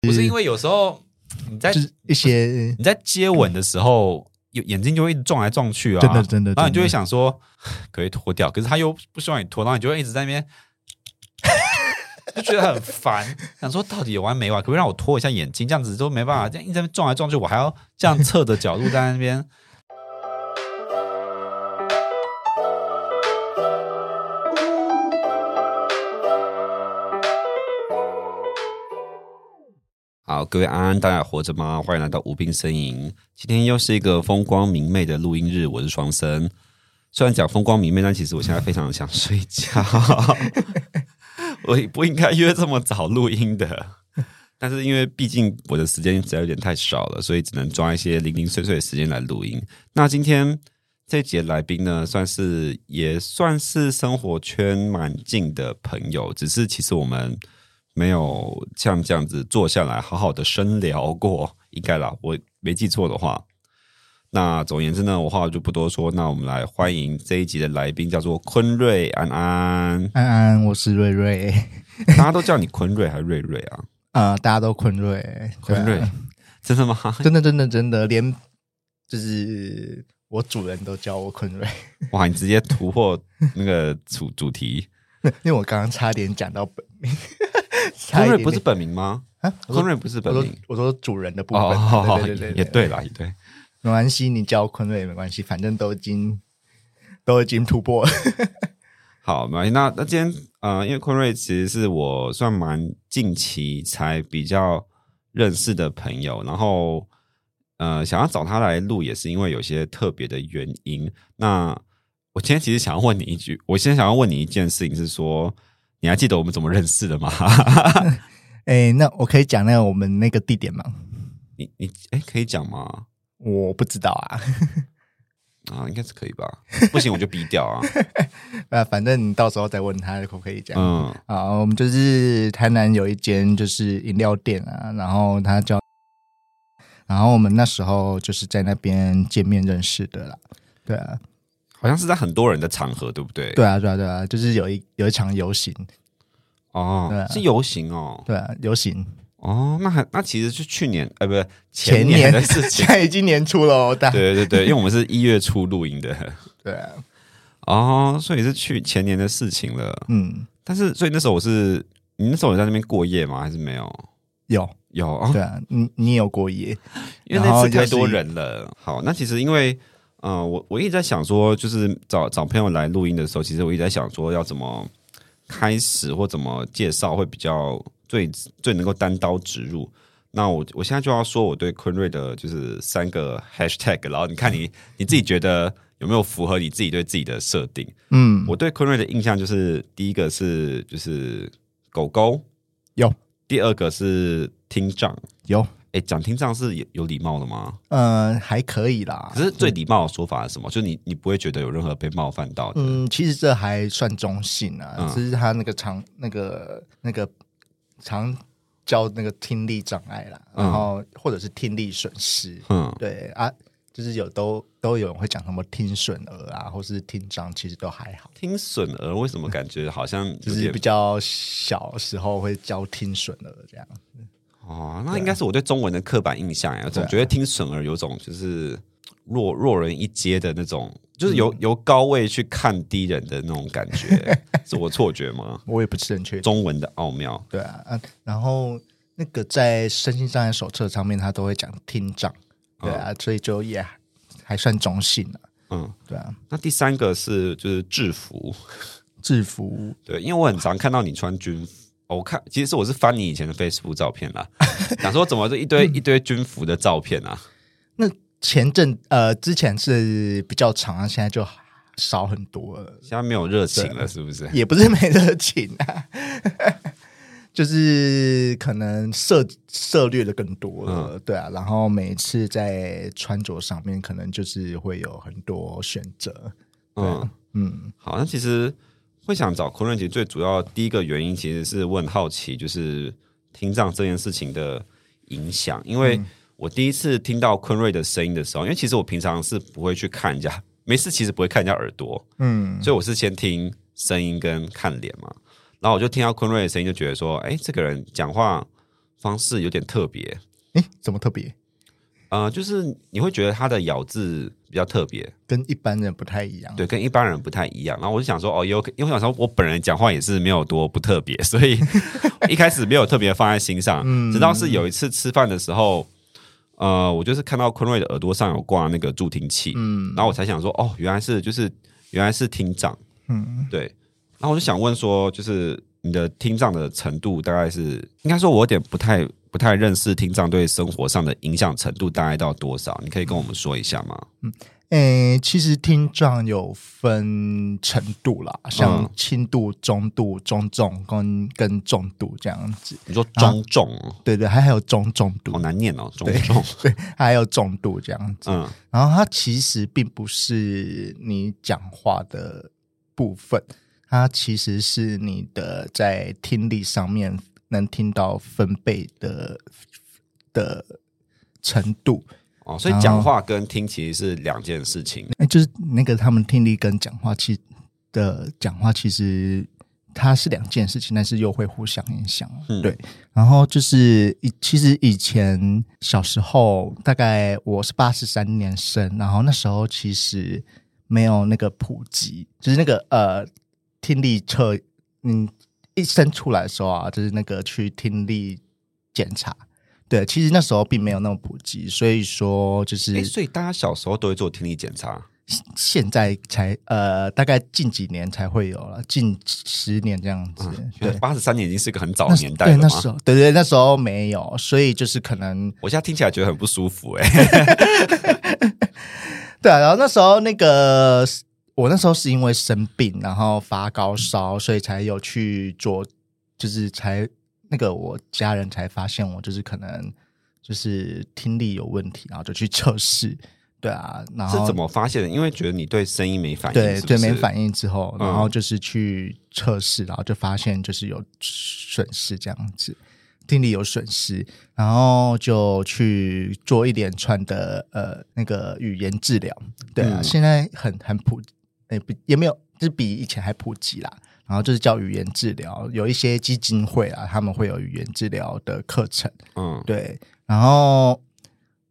不是因为有时候你在就是一些你在接吻的时候，有眼睛就会一直撞来撞去啊，真的真的然后你就真的会想说， 可以脱掉，可是他又不希望你脱，然后你就会一直在那边，就觉得很烦，想说到底有完没完？可不可以让我脱一下眼睛？这样子都没办法，这样一直在那边撞来撞去，我还要这样侧着角度在那边。好，各位安安，大家活着吗？欢迎来到无病呻吟。今天又是一个风光明媚的录音日，我是双生。虽然讲风光明媚，但其实我现在非常想睡觉。我不应该约这么早录音的，但是因为毕竟我的时间实在有点太少了，所以只能抓一些零零碎碎的时间来录音。那今天这节来宾呢，算是也算是生活圈蛮近的朋友，只是其实我们没有像这样子坐下来好好的深聊过，应该啦，我没记错的话。那总而言之呢，我话就不多说。那我们来欢迎这一集的来宾，叫做坤瑞安 安，安安，我是瑞瑞， 大家都叫你坤瑞还是瑞瑞啊？呃，大家都坤瑞，坤对瑞啊，真的吗？真的真的真的，连就是我主人都叫我坤瑞， 哇，你直接突破那个主主题。因为我刚刚差点讲到本名， 差坤一瑞点点不是本名吗？啊，我坤说瑞不是本我说名。我说主人的部分，哦，对对对也对，对啦，也对。没关系，你叫我坤瑞也没关系，反正都已经都已经突破了， 好，没关系。那那今天呃，因为坤瑞其实是我算蛮近期才比较认识的朋友，然后呃，想要找他来录也是因为有些特别的原因。那我今天其实想要问你一句，我先想要问你一件事情是说，你还记得我们怎么认识的吗？哎，那我可以讲那个我们那个地点吗？你你哎，可以讲吗？我不知道啊， 啊，应该是可以吧？ 不行我就逼掉啊。那反正你到时候再问他可不可以讲。嗯，啊，我们就是台南有一间就是饮料店啊，然后它叫， 然后我们那时候就是在那边见面认识的啦。对啊，好像是在很多人的场合，对不对？对啊，对啊，对啊，就是有一有一场游行，对哦啊，是游行哦。对啊，游行，哦，那还那其实是去年，呃，不是前年年的事情 现。在已经年初了哦，大对对对，因为我们是一月初录音的，对啊，哦，所以是去前年的事情了。嗯，但是，所以那时候我是，你那时候有在那边过夜吗？还是没有？有，有哦对，啊，你你也有过夜，因为然那后次太就是多人了。好，那其实因为，呃，我我一直在想说，就是找找朋友来录音的时候，其实我一直在想说要怎么开始或怎么介绍会比较最最能够单刀直入。那我我现在就要说我对坤瑞的就是三个 hashtag，然后你看你你自己觉得有没有符合你自己对自己的设定？嗯，我对坤瑞的印象就是第一个是就是狗狗，有第二个是听障。有，哎，讲听障是有有礼貌的吗？嗯、还可以啦可，是最礼貌的说法是什么？就你你不会觉得有任何被冒犯到的。嗯，其实这还算中性啊，嗯只是他那个常那个那个常叫那个听力障碍啦，嗯然后或者是听力损失，嗯，对啊，就是有都都有人会讲什么听损儿啊，或是听障，其实都还好，听损儿为什么感觉好像就有是点比较小时候会教听损儿这样，哦？啊那应该是我对中文的刻板印象呀，欸总觉得听损儿有种就是弱弱人一阶的那种，就是嗯由、由高位去看低人的那种感 觉，是我错觉吗？我也不是很确定。中文的奥妙对啊，啊，然后那个在身心障碍手册上面，他都会讲听障，对啊，所以就也还还算中性了、嗯，对啊。那第三个是就是制服，制服对，因为我很常看到你穿军服。哦我看，其实我是翻你以前的 Facebook 照片 啦，想说怎么这一堆一堆军服的照片啊？那前阵呃之前是比较长啊，现在就少很多了，现在没有热情了，是不是？也不是没热情啊， 就是可能涉涉略的更多了，嗯对啊。然后每次在穿着上面，可能就是会有很多选择，嗯，嗯，好，那其实会想找昆仑其实最主要第一个原因其实是问好奇，就是听障这件事情的影响。因嗯为我第一次听到昆瑞的声音的时候，因为其实我平常是不会去看人家，没事其实不会看人家耳朵，嗯，所以我是先听声音跟看脸嘛。然后我就听到昆瑞的声音，就觉得说，哎，这个人讲话方式有点特别，诶，怎么特别？呃，就是你会觉得它的咬字比较特别，跟一般人不太一样。对，跟一般人不太一样。然后我就想说，哦，也有，因为我想说我本人讲话也是没有多不特别，所 以一开始没有特别放在心上。嗯直到是有一次吃饭的时候，呃，我就是看到坤瑞的耳朵上有挂那个助听器，嗯然后我才想说，哦，原来是就是原来是听障，嗯，对。然后我就想问说，就是你的听障的程度大概是，应该说我有点不太不太认识听障对生活上的影响程度大概到多少？你可以跟我们说一下吗？诶，其实听障有分程度啦，像嗯轻度、中度、中重跟跟重度这样子。你说中重哦，对对，还还有中重好度，难念哦，中对重，对，还有重度这样子。嗯。然后它其实并不是你讲话的部分，它其实是你的在听力上面能听到分贝的的程度。哦，所以讲话跟听其实是两件事情。哎，就是那个他们听力跟讲话其的讲话其实它是两件事情，但是又会互相影响。嗯对，然后就是以其实以前小时候，大概我是八十三年生，然后那时候其实没有那个普及，就是那个呃听力测，嗯，一生出来的时候啊，就是那个去听力检查。对，其实那时候并没有那么普及，所以说就是，哎，所以大家小时候都会做听力检查。现在才呃，大概近几年才会有了，近十年这样子。对，八十三年已经嗯是个很早那的时年代对啊了那嘛。时候，对对，那时候没有，所以就是可能我现在听起来觉得很不舒服哎、对啊。然后那时候那个我那时候是因为生病，然后发高烧，所以才有去做，就是才那个我家人才发现我就是可能就是听力有问题，然后就去测试。对啊，然后是怎么发现的？因为觉得你对声音没反应，对是不对，是没。反应之后，嗯然后就是去测试，然后就发现就是有损失这样子，听力有损失，然后就去做一连串的呃那个语言治疗。对啊，嗯现在很很普，也不也没有，就是比以前还普及啦。然后就是叫语言治疗，有一些基金会啊，他们会有语言治疗的课程。嗯，对，然后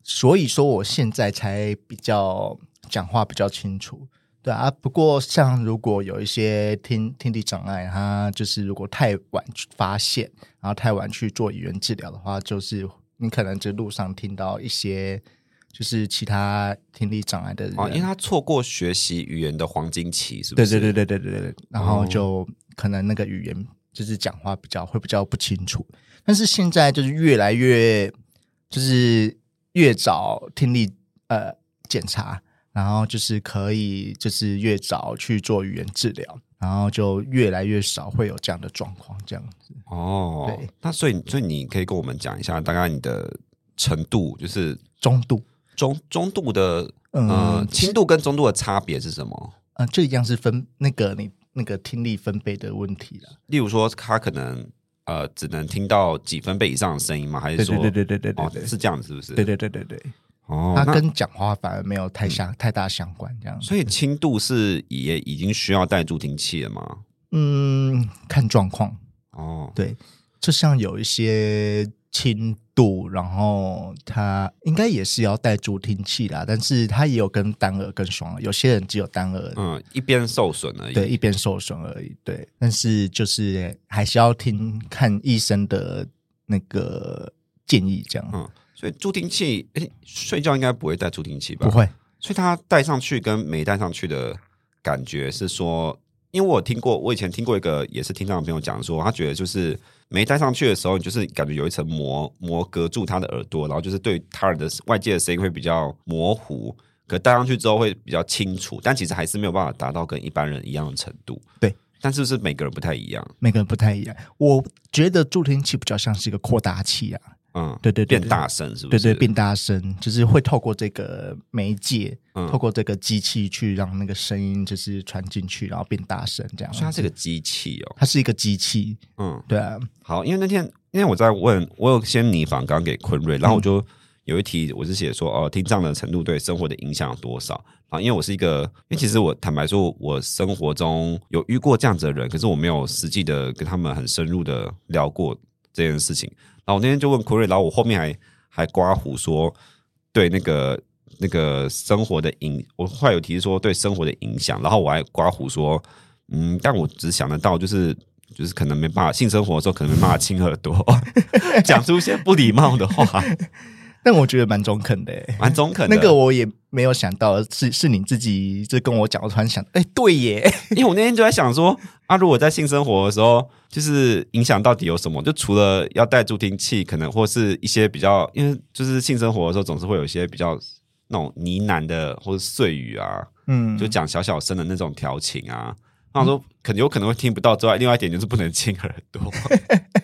所以说我现在才比较讲话比较清楚，对啊。不过像如果有一些听听力障碍，他就是如果太晚去发现，然后太晚去做语言治疗的话，就是你可能在路上听到一些就是其他听力障碍的人，哦，因为他错过学习语言的黄金期，是不对哦是？对对对对对对，然后就可能那个语言就是讲话比较会比较不清楚，但是现在就是越来越就是越早听力呃检查，然后就是可以就是越早去做语言治疗，然后就越来越少会有这样的状况这样子。哦对，那所以所以你可以跟我们讲一下，大概你的程度，就是中度，中中度的嗯，呃嗯、轻度跟中度的差别是什么？呃，这一样是分那个你那个听力分贝的问题了。例如说，他可能呃只能听到几分贝以上的声音吗？还是对说对对对对对对哦对，是这样子是不是？对对对对对，哦，它那嗯跟讲话反而没有太相太大相关这样子。所以轻度是也已经需要带助听器了吗？嗯，看状况。哦，对，就像有一些轻度，然后他应该也是要带助听器啦，但是他也有跟单耳跟双耳，有些人只有单耳，嗯，一边受损而已。对，一边受损而已。对，但是就是还是要听看医生的那个建议，这样、嗯，所以助听器，哎、睡觉应该不会带助听器吧？不，会。所以它戴上去跟没戴上去的感觉是说，因为我有听过，我以前听过一个也是听障的朋友讲说，他觉得就是没戴上去的时候，你就是感觉有一层膜膜隔住他的耳朵，然后就是对他人的外界的声音会比较模糊。可戴上去之后会比较清楚，但其实还是没有办法达到跟一般人一样的程度。对，但是不是每个人不太一样？每个人不太一样，我觉得助听器比较像是一个扩大器啊，嗯，对对对变大声是不对是？对，变大声，就是会透过这个媒介，嗯透过这个机器去让那个声音就是传进去，然后变大声这样。所以它是个机器哦。它是一个机器，嗯，对啊，好，因为那天因为我在问，我有先拟访纲给坤瑞，然后我就有一题我是写说哦，听障的程度对生活的影响有多少啊？因为我是一个，因为其实我坦白说，我生活中有遇过这样子的人，可是我没有实际的跟他们很深入的聊过这件事情。然后我那天就问 Corey，然后我后面还还刮胡说对那个那个生活的影，我后来有提示说对生活的影响，然后我还刮胡说，嗯，但我只想得到就是。就是可能没办法性生活的时候，可能没办法亲耳朵， 讲出一些不礼貌的话，但我觉得蛮中肯的、欸。蛮中肯的。那个我也没有想到，是是你自己就跟我讲，我突然想，哎、对耶， 因为我那天就在想说，啊，如果在性生活的时候，就是影响到底有什么？就除了要戴助听器，可能或是一些比较，因为就是性生活的时候，总是会有一些比较那种呢喃的或者碎语啊，嗯，就讲小小声的那种调情啊。那我说，可能有可能会听不到之外，另外一点就是不能亲耳朵。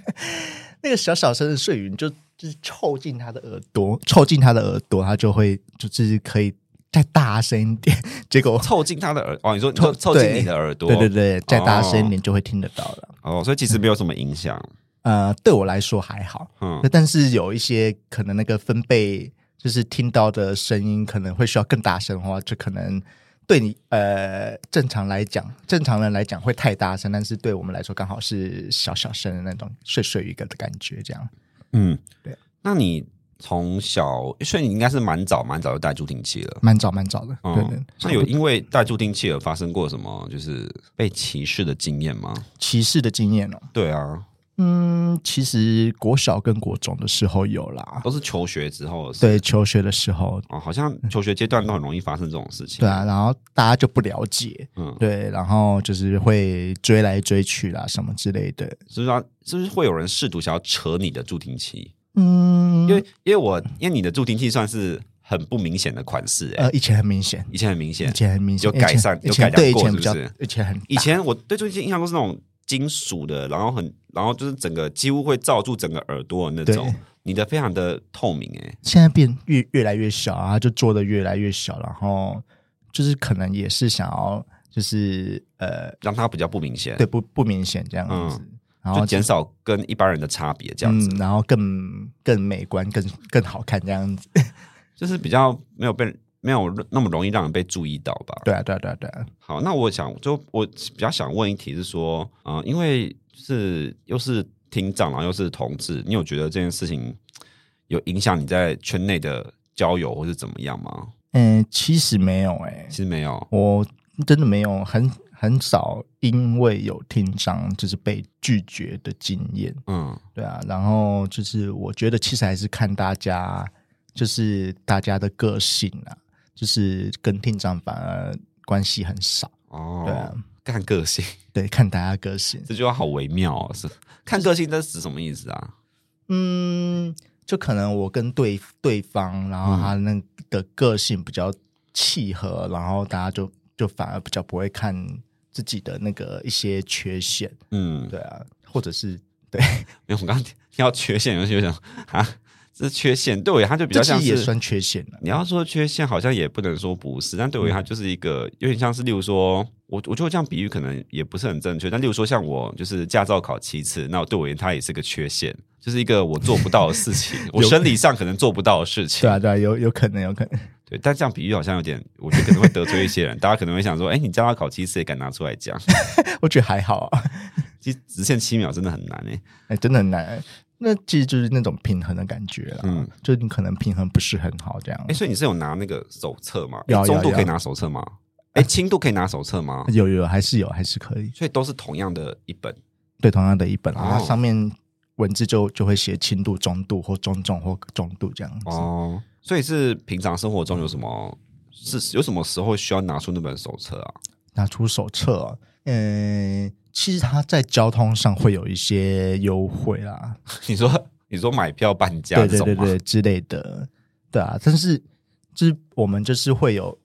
那个小小声的碎语，你就就是凑近他的耳朵，凑近他的耳朵，他就会就是可以再大声一点。 结果，凑近他的耳哦，你说你说 凑凑近对你的耳朵，对对对，再大声一点就会听得到了。哦，所以其实没有什么影响，呃，对我来说还好，嗯，但是有一些可能那个分贝，就是听到的声音可能会需要更大声的话，就可能对你呃正常来讲，正常人来讲会太大声，但是对我们来说刚好是小小声的那种碎碎一个的感觉，这样。嗯，对。啊那你从小，所以你应该是蛮早蛮早就戴助听器了。蛮早蛮早的，对对嗯，。那有因为戴助听器而发生过什么就是被歧视的经验吗？歧视的经验哦。对啊，嗯，其实国小跟国中的时候有啦，都是求学之后的事。对，求学的时候，哦，好像求学阶段都很容易发生这种事情。对啊，，然后大家就不了解，嗯，对，然后就是会追来追去啦，什么之类的。是不是啊？是不是会有人试图想要扯你的助听器？嗯，因为因为我因为你的助听器算是很不明显的款式、欸，呃，以前很明显，以前很明以显。前很明显，有改善以前有改良对以过前是比不较是，以前很大以前我对助听器印象都是那种金属的，然后很然后就是整个几乎会罩住整个耳朵的那种对。你的非常的透明、欸，现在变越越来越小啊，就做的越来越小，然后就是可能也是想要就是呃，让它比较不明显。对不不明显这样嗯子，然后就减少跟一般人的差别，这样子、嗯，然后更更美观、更更好看这样子。就是比较没有被没有那么容易让人被注意到吧。对啊，对啊，对啊，对啊。好，那我想就我比较想问一题是说，嗯、因为是又是听障，然后又是同志，你有觉得这件事情有影响你在圈内的交友或是怎么样吗？嗯，其实没有哎、其实没有，我真的没有很很少因为有听障就是被拒绝的经验。嗯对啊，然后就是我觉得其实还是看大家，就是大家的个性啊，就是跟听障反而关系很少。对啊哦，，看个性， 对，看大家个性。这句话好微妙哦，是看个性，这是指什么意思啊？嗯，就可能我跟对对方，然后他那的个性比较契合，然后大家就就反而比较不会看自己的那个一些缺陷，嗯，对啊，或者是对，因为我刚刚听到缺陷，有些想 啊，这是缺陷，对我而言它就比较这像其实也是算缺陷了。你要说缺陷，好像也不能说不是，但对嗯我而言它就是一个有点像是，例如说，我我觉得这样比喻可能也不是很正确。但例如说，像我就是驾照考七次，那对我而言它也是个缺陷，就是一个我做不到的事 情，我生理上可能做不到的事情。对啊，对啊，有有可能，有可能，对但这样比喻好像有点，我觉得可能会得罪一些人，大 家可能会想说，哎、你驾照考七次也敢拿出来讲？ 我觉得还好、啊，其实直线七秒真的很难哎、哎，真的很难。那其实就是那种平衡的感觉啦，嗯，就你可能平衡不是很好这样哎、。所以你是有拿那个手册吗？有诶中度有啊有可以拿手册吗？哎、轻度可以拿手册吗？有有还是有还是可以，所以都是同样的一本。对，同样的一本，哦然后它上面文字就就会写轻度、中度或中重或中度这样子。哦，所以是平常生活中有什么是有什么时候需要拿出那本手册啊？拿出手册哦、嗯、其实它在交通上会有一些优惠啦，你说 你说买票半价对这对种对吗？对之类的，对啊。但是就是我们就是会有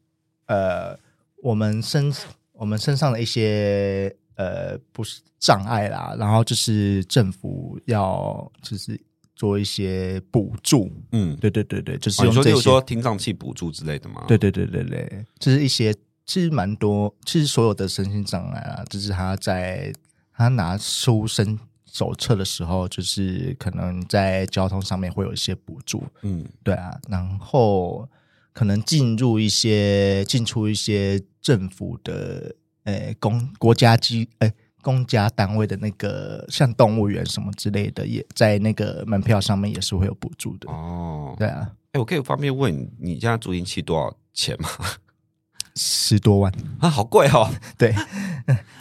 呃，我们身我们身上的一些呃不是障碍啦，然后就是政府要就是做一些补助，嗯，对对对对，就是哦你用说例这如些。说听障器补助之类的吗？对，对对对对，就是一些其实蛮多，其实所有的身心障碍啊，就是他在他拿出身手册的时候，就是可能在交通上面会有一些补助，嗯对啊，然后可能进入一些进出一些政府的呃公国家机呃公家单位的那个像动物园什么之类的，也在那个门票上面也是会有补助的。哦，对啊，哎、我可以方便问你你家助听器多少钱吗？ 十多万。啊，好贵哦！对，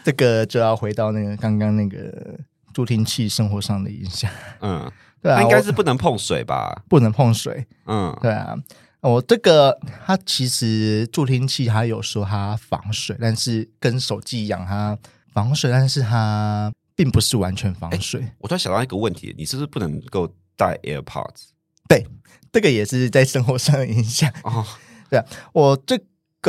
这个就要回到那个刚刚那个助听器生活上的影响。嗯，对啊，那应该我是不能碰水吧？不能碰水。嗯，对啊，我这个它其实助听器它有说它防水，但是跟手机一样，它防水，但是它并不是完全防水。我突然想到一个问题，你是不是不能够带 AirPods？这个也是在生活上的影响。哦，我这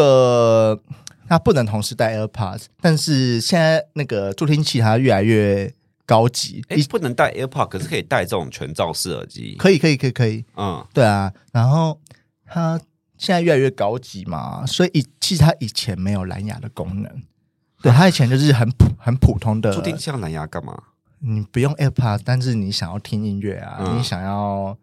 个它不能同时戴 AirPods，但是现在那个助听器它越来越高级，哎、一不能带 AirPod，可是可以带这种全罩式耳机。可以可以可以可以，嗯，对啊，然后它现在越来越高级嘛，所以以其实它以前没有蓝牙的功能，对，它以前就是很普很普通的注，啊定像蓝牙干嘛？你不用 AirPods，但是你想要听音乐啊，嗯你想要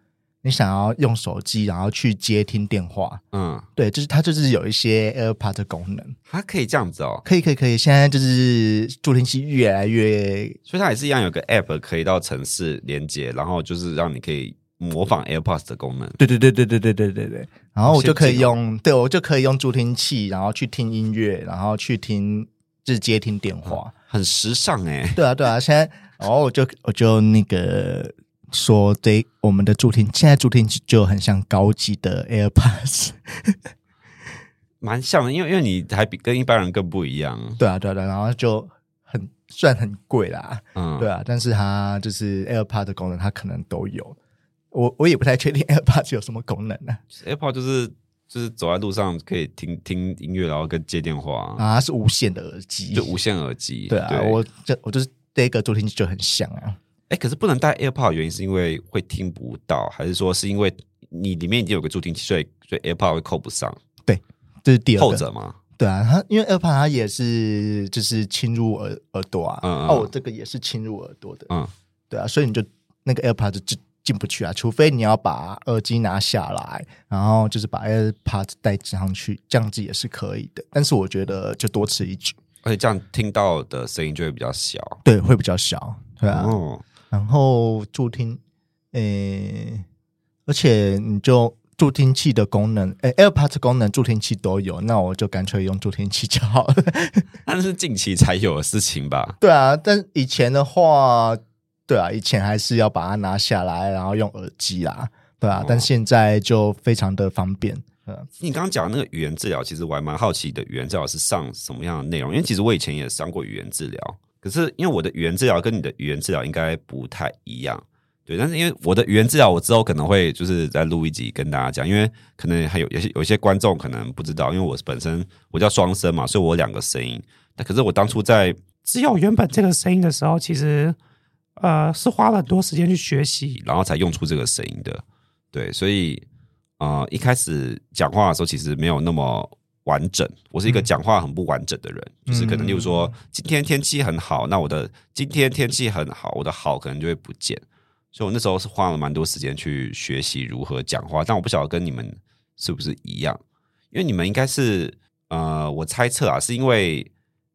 你想要用手机，然后去接听电话，嗯，对，就是它就是有一些 AirPods 的功能，它可以这样子哦，可以可以可以，现在就是助听器越来越所以它也是一样有个 App 可以到城市连接，然后就是让你可以模仿 AirPods 的功能。对对对对对对对对对。然后我就可先以进哦用，对我就可以用助听器，然后去听音乐，然后去听就是接听电话。很时尚哎、对啊对啊，现在然后我就我就那个说这我们的助听，现在助听器就很像高级的 AirPods。 蛮像的，因为因为你还比跟一般人更不一样。对啊对啊对啊，然后就很虽然很贵啦，嗯，对啊，但是它就是 AirPods 的功能，它可能都有。我我也不太确定 AirPods 有什么功能呢、啊 AirPod 就是就是走在路上可以听听音乐，然后跟接电话，啊，它是无线的耳机，就无线耳机。对啊，我这我就是这个助听器就很像啊。哎、可是不能带 AirPod 的原因是因为会听不到，还是说是因为你里面已经有个助听器，所以所以 AirPod 会扣不上这是第二个，后者吗？对啊，它因为 AirPod 它也是就是侵入耳耳朵啊，嗯嗯哦，我这个也是侵入耳朵的，嗯，对啊，所以你就那个 AirPod 就进进不去啊，除非你要把耳机拿下来，然后就是把 AirPod 带上去，这样子也是可以的。但是我觉得就多此一举，而且这样听到的声音就会比较小。对，会比较小，对啊。哦，然后助听，诶、而且你就助听器的功能，诶、a i r p o d s 功能助听器都有，那我就干脆用助听器就好了。 那是近期才有的事情吧？对啊，但以前的话，对啊，以前还是要把它拿下来，然后用耳机啦，对啊，哦但现在就非常的方便。嗯，你刚刚讲的那个语言治疗，其实我还蛮好奇的，语言治疗是上什么样的内容？因为其实我以前也上过语言治疗，可是因为我的语言治疗跟你的语言治疗应该不太一样，对。但是因为我的语言治疗，我之后可能会就是再录一集跟大家讲，因为可能还有有些有些观众可能不知道，因为我本身我叫双声嘛，所以我有两个声音。那可是我当初在只有原本这个声音的时候，其实呃是花了很多时间去学习。然后才用出这个声音的。对，所以呃，一开始讲话的时候其实没有那么完整。我是一个讲话很不完整的人，就是可能例如说今天天气很好，那我的今天天气很好，我的好可能就会不见。所以我那时候是花了蛮多时间去学习如何讲话，但我不晓得跟你们是不是一样，因为你们应该是呃，我猜测啊，是因为。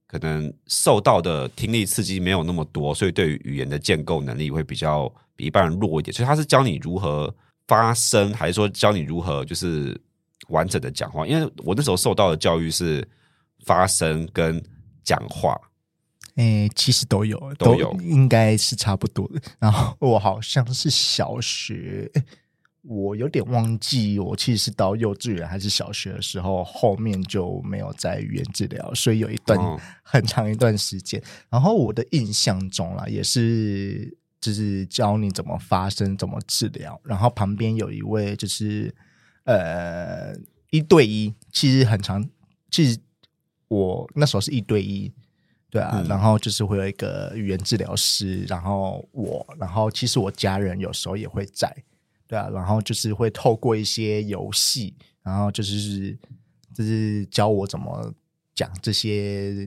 可能受到的听力刺激没有那么多，所以对于语言的建构能力会比较比一般人弱一点。所以他是教你如何发声，还是说教你如何就是完整的讲话？因为我那时候受到的教育是发声跟讲话，诶、其实都有，都有应该是差不多的。然后我好像是小学，诶我有点忘记，我其实是到幼稚园还是小学的时候，后面就没有在语言治疗，所以有一段、哦很长一段时间。然后我的印象中啦，也是就是教你怎么发声、怎么治疗，然后旁边有一位就是呃一对一，其实很长，其实我那时候是一对一。对啊，嗯然后就是会有一个语言治疗师，然后我，然后其实我家人有时候也会在，对啊，然后就是会透过一些游戏，然后就是就是教我怎么讲这些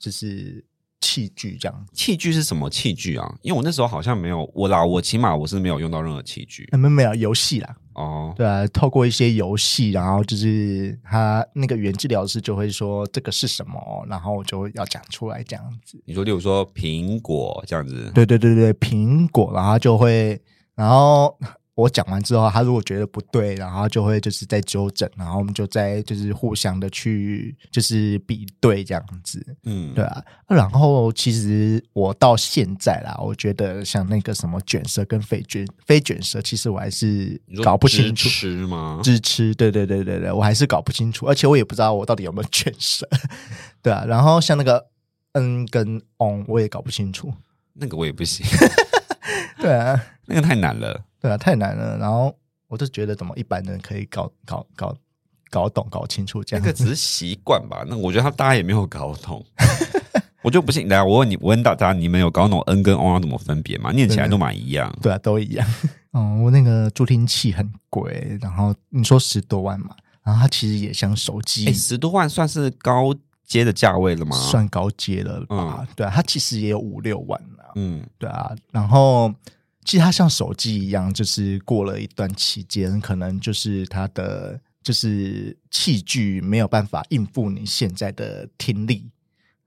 就是器具这样。器具是什么器具啊？因为我那时候好像没有我啦，我起码我是没有用到任何器具哎嗯啊，没有没有游戏啦，哦，对啊，透过一些游戏，然后就是他那个语言治疗师就会说这个是什么，然后我就要讲出来这样子。你说，例如说苹果这样子，对对对对，苹果，然后他就会，然后我讲完之后，他如果觉得不对，然后就会就是在纠正，然后我们就在就是互相的去就是比对这样子。嗯，对啊，然后其实我到现在啦，我觉得像那个什么卷舌跟非卷非卷舌，其实我还是你说搞不清楚支。持吗？支持，对对对对对，我还是搞不清楚，而且我也不知道我到底有没有卷舌， 对啊。然后像那个嗯跟 on，我也搞不清楚，那个我也不行， 对啊，那个太难了。对啊，太难了。然后我就觉得怎么一般人可以搞搞搞搞懂、搞清楚这那样个子。只是习惯吧。那我觉得他大家也没有搞懂。我就不信，来，我问你，我问大家，你们有搞懂 n 跟 o 要怎么分别吗？念起来都蛮一样。对啊，都一样。 嗯，我那个助听器很贵，然后你说十多万嘛，然后它其实也像手机哎，十多万算是高阶的价位了吗？，算高阶了吧？对啊，它其实也有五六万啦。嗯，对啊，然后其实它像手机一样，就是过了一段期间，可能就是它的就是器具没有办法应付你现在的听力，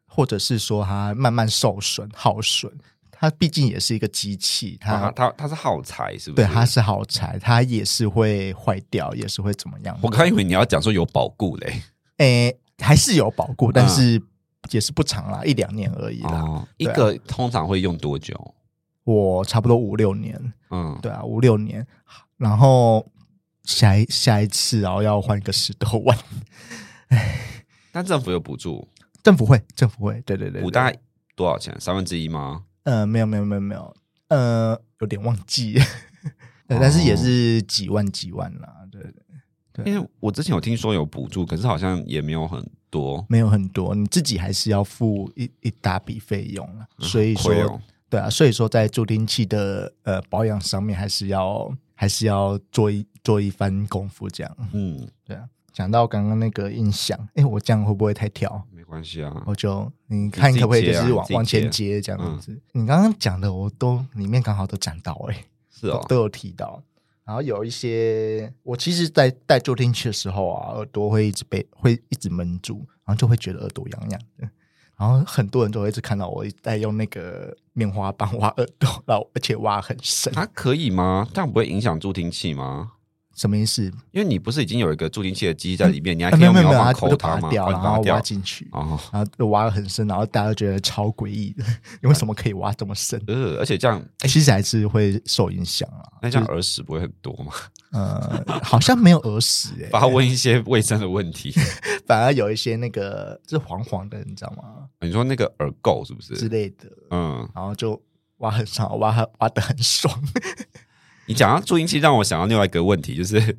或者是说它慢慢受损、耗损。它毕竟也是一个机器，他它啊他他是耗材是不对是？它是耗材，它也是会坏掉，也是会怎么样的？我刚以为你要讲说有保固嘞，诶，还是有保固，但嗯是也是不长啦，一两年而已啦。哦，一对啊个通常会用多久？我差不多五六年，嗯，对啊，五六年，然后下一下一次，然后要换个十多万， 但政府有补助，政府会，政府会，对对对补对，大概多少钱？三分之一吗？呃，没有没有没有没有，呃，有点忘记， 对，哦但是也是几万几万啦，对，对对因为我之前有听说有补助，可是好像也没有很多，没有很多，你自己还是要付一一大笔费用啦，所以说，亏哦对啊，所以说在助听器的呃保养上面，还是要还是要做一做一番功夫这样。嗯，对啊，讲到刚刚那个音响，哎、我这样会不会太跳？没关系啊。我就你看可不可以就是往、你自己接啊往前接这样子？嗯你刚刚讲的我都里面刚好都讲到、欸，是哦，都有提到。然后有一些，我其实在戴助听器的时候啊，耳朵会一直被会一直闷住，然后就会觉得耳朵痒痒的。然后很多人都会一直看到我在用那个棉花棒挖耳朵，然后而且挖很深。它可以吗？这样不会影响助听器吗？什么意思？因为你不是已经有一个助听器的机在里面，你还啊可以没有用没棉有花没有，棒它抠我就把它它吗？掉，哦然你把后它挖掉进去，哦，然后就挖得很深，然后大家都觉得超诡异的， 你为什么可以挖这么深？呃，而且这样，其实还是会受影响啊。那这样耳屎不会很多吗？ 呃，好像没有耳屎哎、发问一些卫生的问 题。反而有一些那个是黄黄的，你知道吗？哦你说那个耳垢是不之是？类的，嗯，然后就挖很少，挖很挖的很爽。 你讲到助听器，让我想到另外一个问题，就是，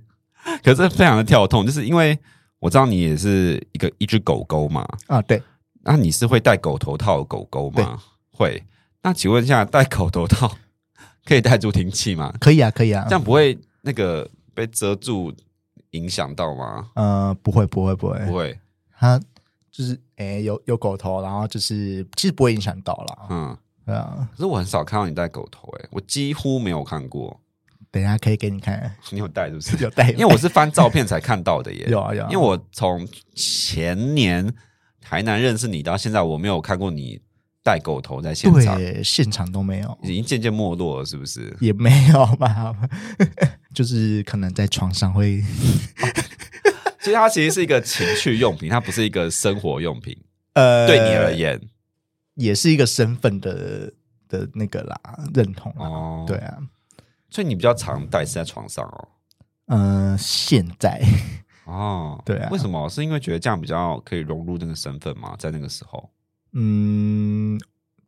可是非常的跳痛，就是因为我知道你也是一个一只狗狗嘛，啊，对，那你是会戴狗头套的狗狗吗？会。那请问一下，戴狗头套 可以戴助听器吗？可以啊，可以啊这。样不会那个被遮住影响到吗？呃，不会，不会，不不会，会，它就是诶、有有狗头，然后就是其实不会影响到啦。嗯。对啊，可是我很少看到你戴狗头、欸，我几乎没有看过。 等一下可以给你看，你有戴是不是？有带，因为我是翻照片才看到的耶。 有啊有啊，因为我从前年台南认识你到现在，我没有看过你戴狗头在现场，对现场都没有，已经渐渐没落了，是不是？也没有吧， 就是可能在床上会所以它其实是一个情趣用品，它不是一个生活用品。呃，对你而言，也是一个身份的的那个啦，认同啦。哦对，啊，所以你比较常戴是在床上哦。嗯、现在 哦，对啊为什么？是因为觉得这样比较可以融入那个身份吗？在那个时候，嗯，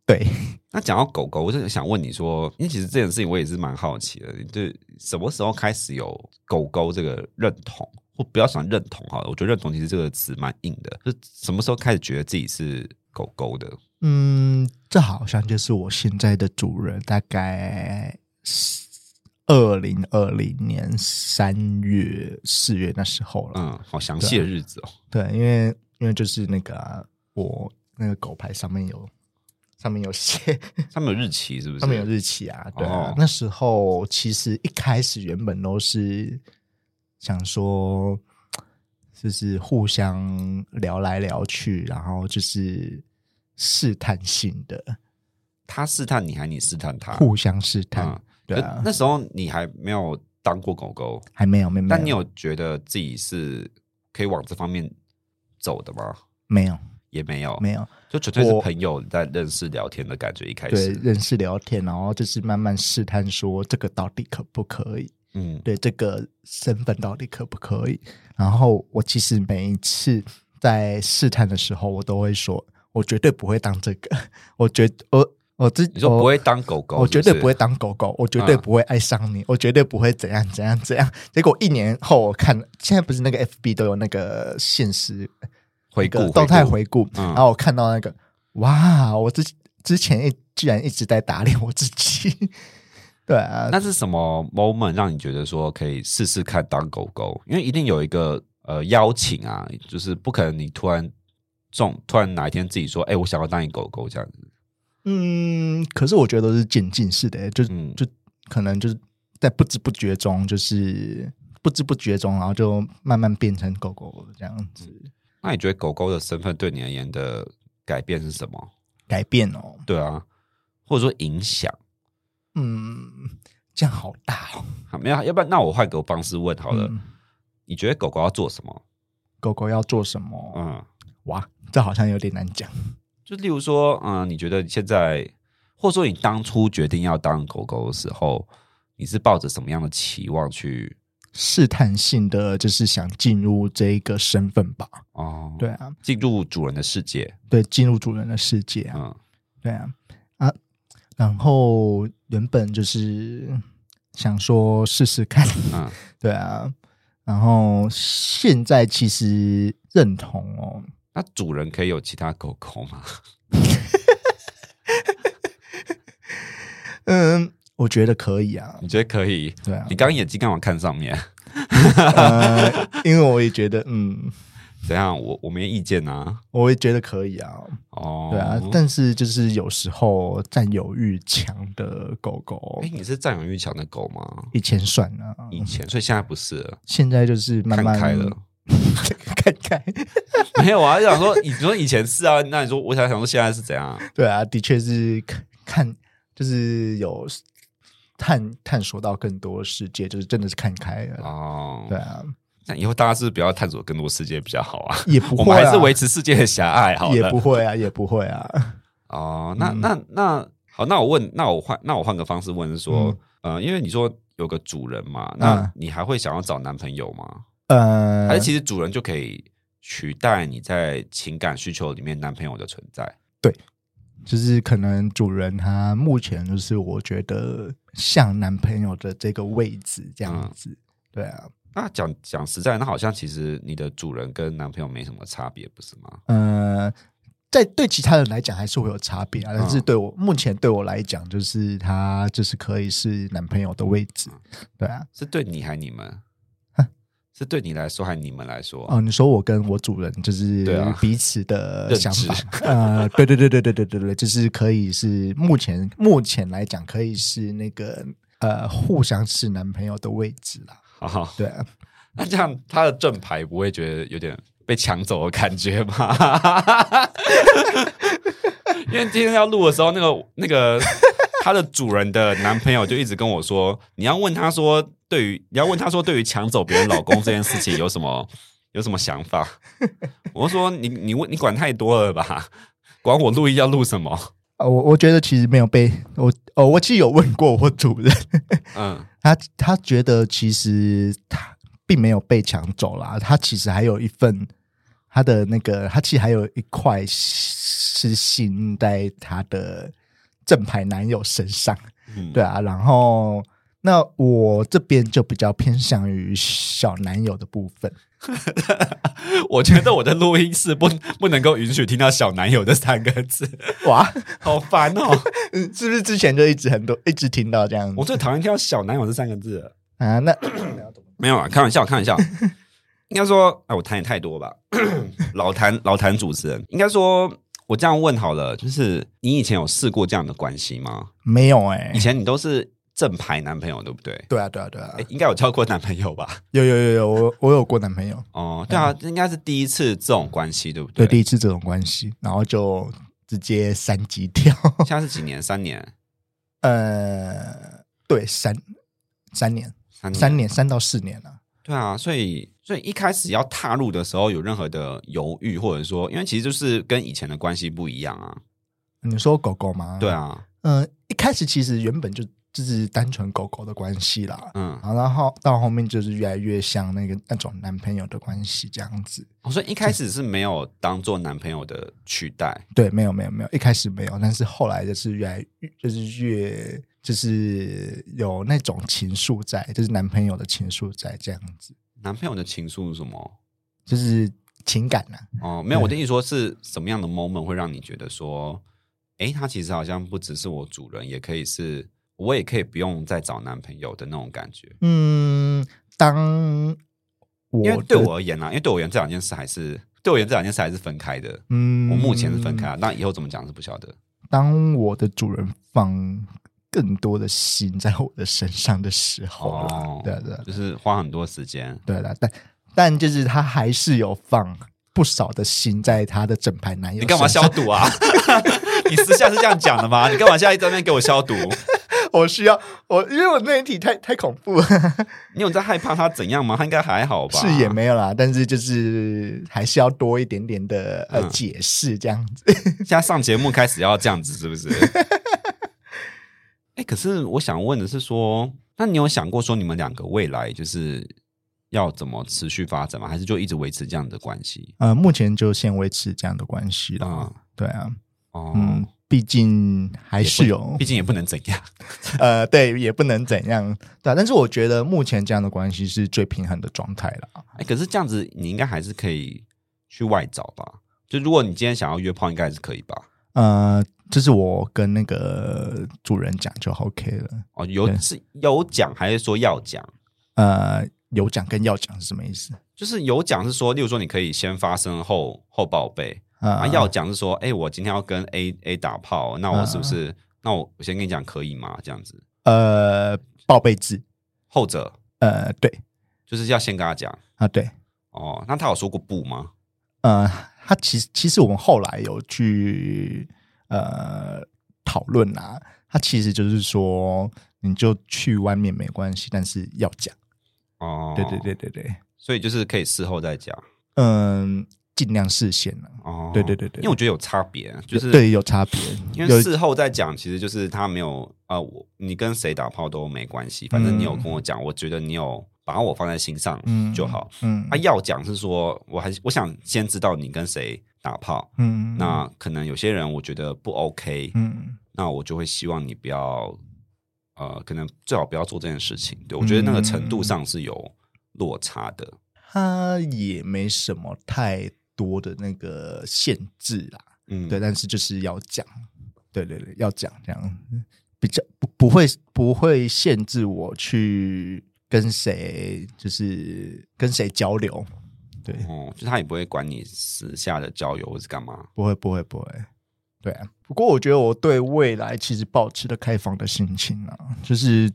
对，那讲到狗狗，我就想问你说，因为其实这件事情我也是蛮好奇的，你对什么时候开始有狗狗这个认同，或不要想认同好了，我觉得认同其实这个词蛮硬的，就是什么时候开始觉得自己是狗狗的？嗯，这好像就是我现在的主人，大概二零二零年三月四月那时候了。嗯，好详细的日 子哦。对，因为因为就是那个啊、我那个狗牌上面有上面有写，上面有日期是不是？上面有日期啊，对啊哦那时候其实一开始原本都是想说，就是互相聊来聊去，然后就是试探性的他试探你，还你试探他？互相试探，啊嗯对啊可，那时候你还没有当过狗狗，还没有，没有，但你有觉得自己是可以往这方面走的吗？没有也没有，没有就纯粹是我朋友在认识聊天的感觉。一开对始，认识聊天，然后就是慢慢试探说这个到底可不可以。嗯，对这个身份到底可不可以。然后我其实每一次在试探的时候，我都会说，我绝对不会当这个，我绝我我自你说不会当狗狗我，我绝对是不会是。当狗狗，我绝对嗯不会爱上你，我绝对不会怎样怎样怎样。结果一年后，我看现在不是那个 FB 都有那个现实回那个顾动态顾回顾，嗯然后我看到那个，哇，我之之前一居然一直在打脸我自己， 对啊，那是什么 moment 让你觉得说可以试试看当狗狗？因为一定有一个呃邀请啊，就是不可能你突然中突然哪一天自己说，哎、我想要当你狗狗这样子。嗯，可是我觉得都是渐进式的欸，就、嗯就可能就是在不知不觉中，就是不知不觉中，然后就慢慢变成狗狗这样子那你觉得狗狗的身份对你而言的改变是什么？改变哦。对啊，或者说影响？嗯，这样好大哦。好没有，要不然那我换个方式问好了。嗯你觉得狗狗要做什么？狗狗要做什么？嗯，哇，这好像有点难讲。就例如说，嗯，你觉得你现在，或者说你当初决定要当狗狗的时候，你是抱着什么样的期望去？试探性的就是想进入这一个身份吧。哦，对，啊，进入主人的世界，对，进入主人的世界啊。嗯，对啊，啊，然后原本就是想说试试看，嗯 对啊，然后现在其实认同哦，那主人可以有其他狗狗吗？ 嗯，我觉得可以啊，你觉得可以？对 啊你，刚刚眼睛干嘛看上面？ 呃，因为我也觉得，嗯，怎样？我我没意见啊。我也觉得可以啊，哦，对啊，但是就是有时候占有欲强的狗狗哎、，你是占有欲强的狗吗？以前算啊，以前，所以现在不是了，现在就是慢慢看开了。 看开， 没有啊，就想说，你说以前是啊，那你说，我想想说现在是怎样？对啊，的确是看看，就是有探探索到更多世界，就是真的是看开了。哦，对，啊，那以后大家是不是不要探索更多世界比较好啊？也不我会、们啊，还是维持世界的狭隘好了。也不会啊，也不会啊。哦，那那那好，那我问，那我换，那我换个方式问是说，呃，因为你说有个主人嘛，那嗯你还会想要找男朋友吗？呃还，是其实主人就可以取代你在情感需求里面男朋友的存在？就是可能主人他目前就是我觉得像男朋友的这个位置这样子。嗯对啊，那讲讲实在，那好像其实你的主人跟男朋友没什么差别，不是吗？呃，在对其他人来讲还是会有差别啊，但是嗯对我、目前对我来讲，就是他就是可以是男朋友的位置。嗯对啊，是对你还你们啊？是对你来说还你们来说？哦，你说我跟我主人就是对啊彼此 的认想知法，呃，对对对对对对对对，就是可以是目前目前来讲可以是那个呃互相是男朋友的位置啦，好好，对啊，那这样他的正牌不会觉得有点被抢走的感觉吗？ 因为今天要录的时候，那个那个他的主人的男朋友就一直跟我说，你要问他说，对于你要问他说，对于抢走别人老公这件事情有什么有什么想法？ 我就说你你问你管太多了吧，管我录音要录什么？呃我我觉得其实没有被我哦，我其实有问过我主人，嗯，他他觉得其实他并没有被抢走啦，他其实还有一份他的那个，他其实还有一块是信在他的正牌男友身上。嗯对啊，然后那我这边就比较偏向于小男友的部分。 我觉得我的录音室不不能够允许听到“小男友”这三个字，哇， 好烦哦！嗯是不是之前就一直很多一直听到这样 我最讨厌听到“小男友”这三个字了。啊？那没有啊，开玩笑，开玩 笑。 应该说，哎，我痰也太多吧。老痰老痰主持人，应该说，我我这样问好了，就是你以前有试过这样的关系吗？没有哎、以前你都是正牌男朋友，对不对？对啊，对啊，对啊诶，应该有交过男朋友吧？有有有有，我我有过男朋友，哦，对啊，这应该是第一次这种关系，对不对，对？第一次这种关系，然后就直接三级跳， 现在是几年？三年？呃，对，三三年，三年？三年三到四年了、对啊，所以所以一开始要踏入的时候，有任何的犹豫，或者说，因为其实就是跟以前的关系不一样啊。你说狗狗吗？对，啊，嗯、一开始其实原本就就是单纯狗狗的关系啦，嗯，然后然后到后面就是越来越像那个那种男朋友的关系这样子。哦所以一开始是没有当做男朋友的取代，对，没有没有没有，一开始没有，但是后来就是越来越就是越就是有那种情愫在，就是男朋友的情愫在这样子，男朋友的情愫是什么？就是情感呐、啊。哦，没有，我的意思说是什么样的 moment 会让你觉得说，诶，他其实好像不只是我主人，也可以是我，也可以不用再找男朋友的那种感觉。嗯，当我因为对的我而言啊，因为对我而言这两件事还是对我而言这两件事还是分开的。嗯，我目前是分开、啊，那以后怎么讲是不晓得。当我的主人放更多的心在我的身上的时候啦，哦对啊对啊就是花很多时间。对了，但但就是他还是有放不少的心在他的整排男友。你干嘛消？毒啊？ 你私下是这样讲的吗？你干嘛现在在那边给我消毒？ 我需要我，因为我内体太太恐怖了，你有在害怕他怎样吗？他应该还好吧？是也没有啦，但是就是还是要多一点点的呃嗯解释这样子。现在上节目开始要这样子，是 不是？哎、可是我想问的是说，那你有想过说你们两个未来就是要怎么持续发展吗？还是就一直维持这样的关系？呃，目前就先维持这样的关系啦。嗯对啊，哦，嗯，毕竟还也不是有毕竟也不能怎样。 呃，对，也不能怎样，对啊、但是我觉得目前这样的关系是最平衡的状态了。哎、可是这样子你应该还是可以去外找吧？就如果你今天想要约炮，应该还是可以吧？呃，这是我跟那个主人讲就 OK 了。哦，有对是有讲还是说要讲？呃，有讲跟要讲是什么意思？就是有讲是说，例如说你可以先发生后后报备，啊，啊要讲是说，哎、我今天要跟 A A 打炮，那我是嗯不是？那我我先跟你讲可以吗？这样子，呃报备制，后者呃对就是要先跟他讲啊对，哦。那他有说过不吗？呃，他其实其实我们后来有去呃讨论啊，他其实就是说你就去外面没关系，但是要讲。哦，对对，对对对，所以就是可以事后再讲嗯、尽量事先啊。哦。对对对对因为我觉得有差别，就是对有差别，因有为事后再讲，其实就是他没有啊，我你跟谁打炮都没关系，反正你有跟我讲，我觉得你有把我放在心上嗯就好。嗯他、要讲是说，我还是我想先知道你跟谁打炮。嗯那可能有些人我觉得不 OK，、嗯那我就会希望你不要，呃，可能最好不要做这件事情。对我觉得那个程度上是有落差的。他也没什么太多的那个限制啦，嗯，对，但是就是要讲，对对对，要讲这样比较不不会不会限制我去跟谁就是跟谁交流，对，哦，就他也不会管你私下的交友或是干嘛。不会不会不会，对啊。不过我觉得我对未来其实保持着开放的心情啊，就是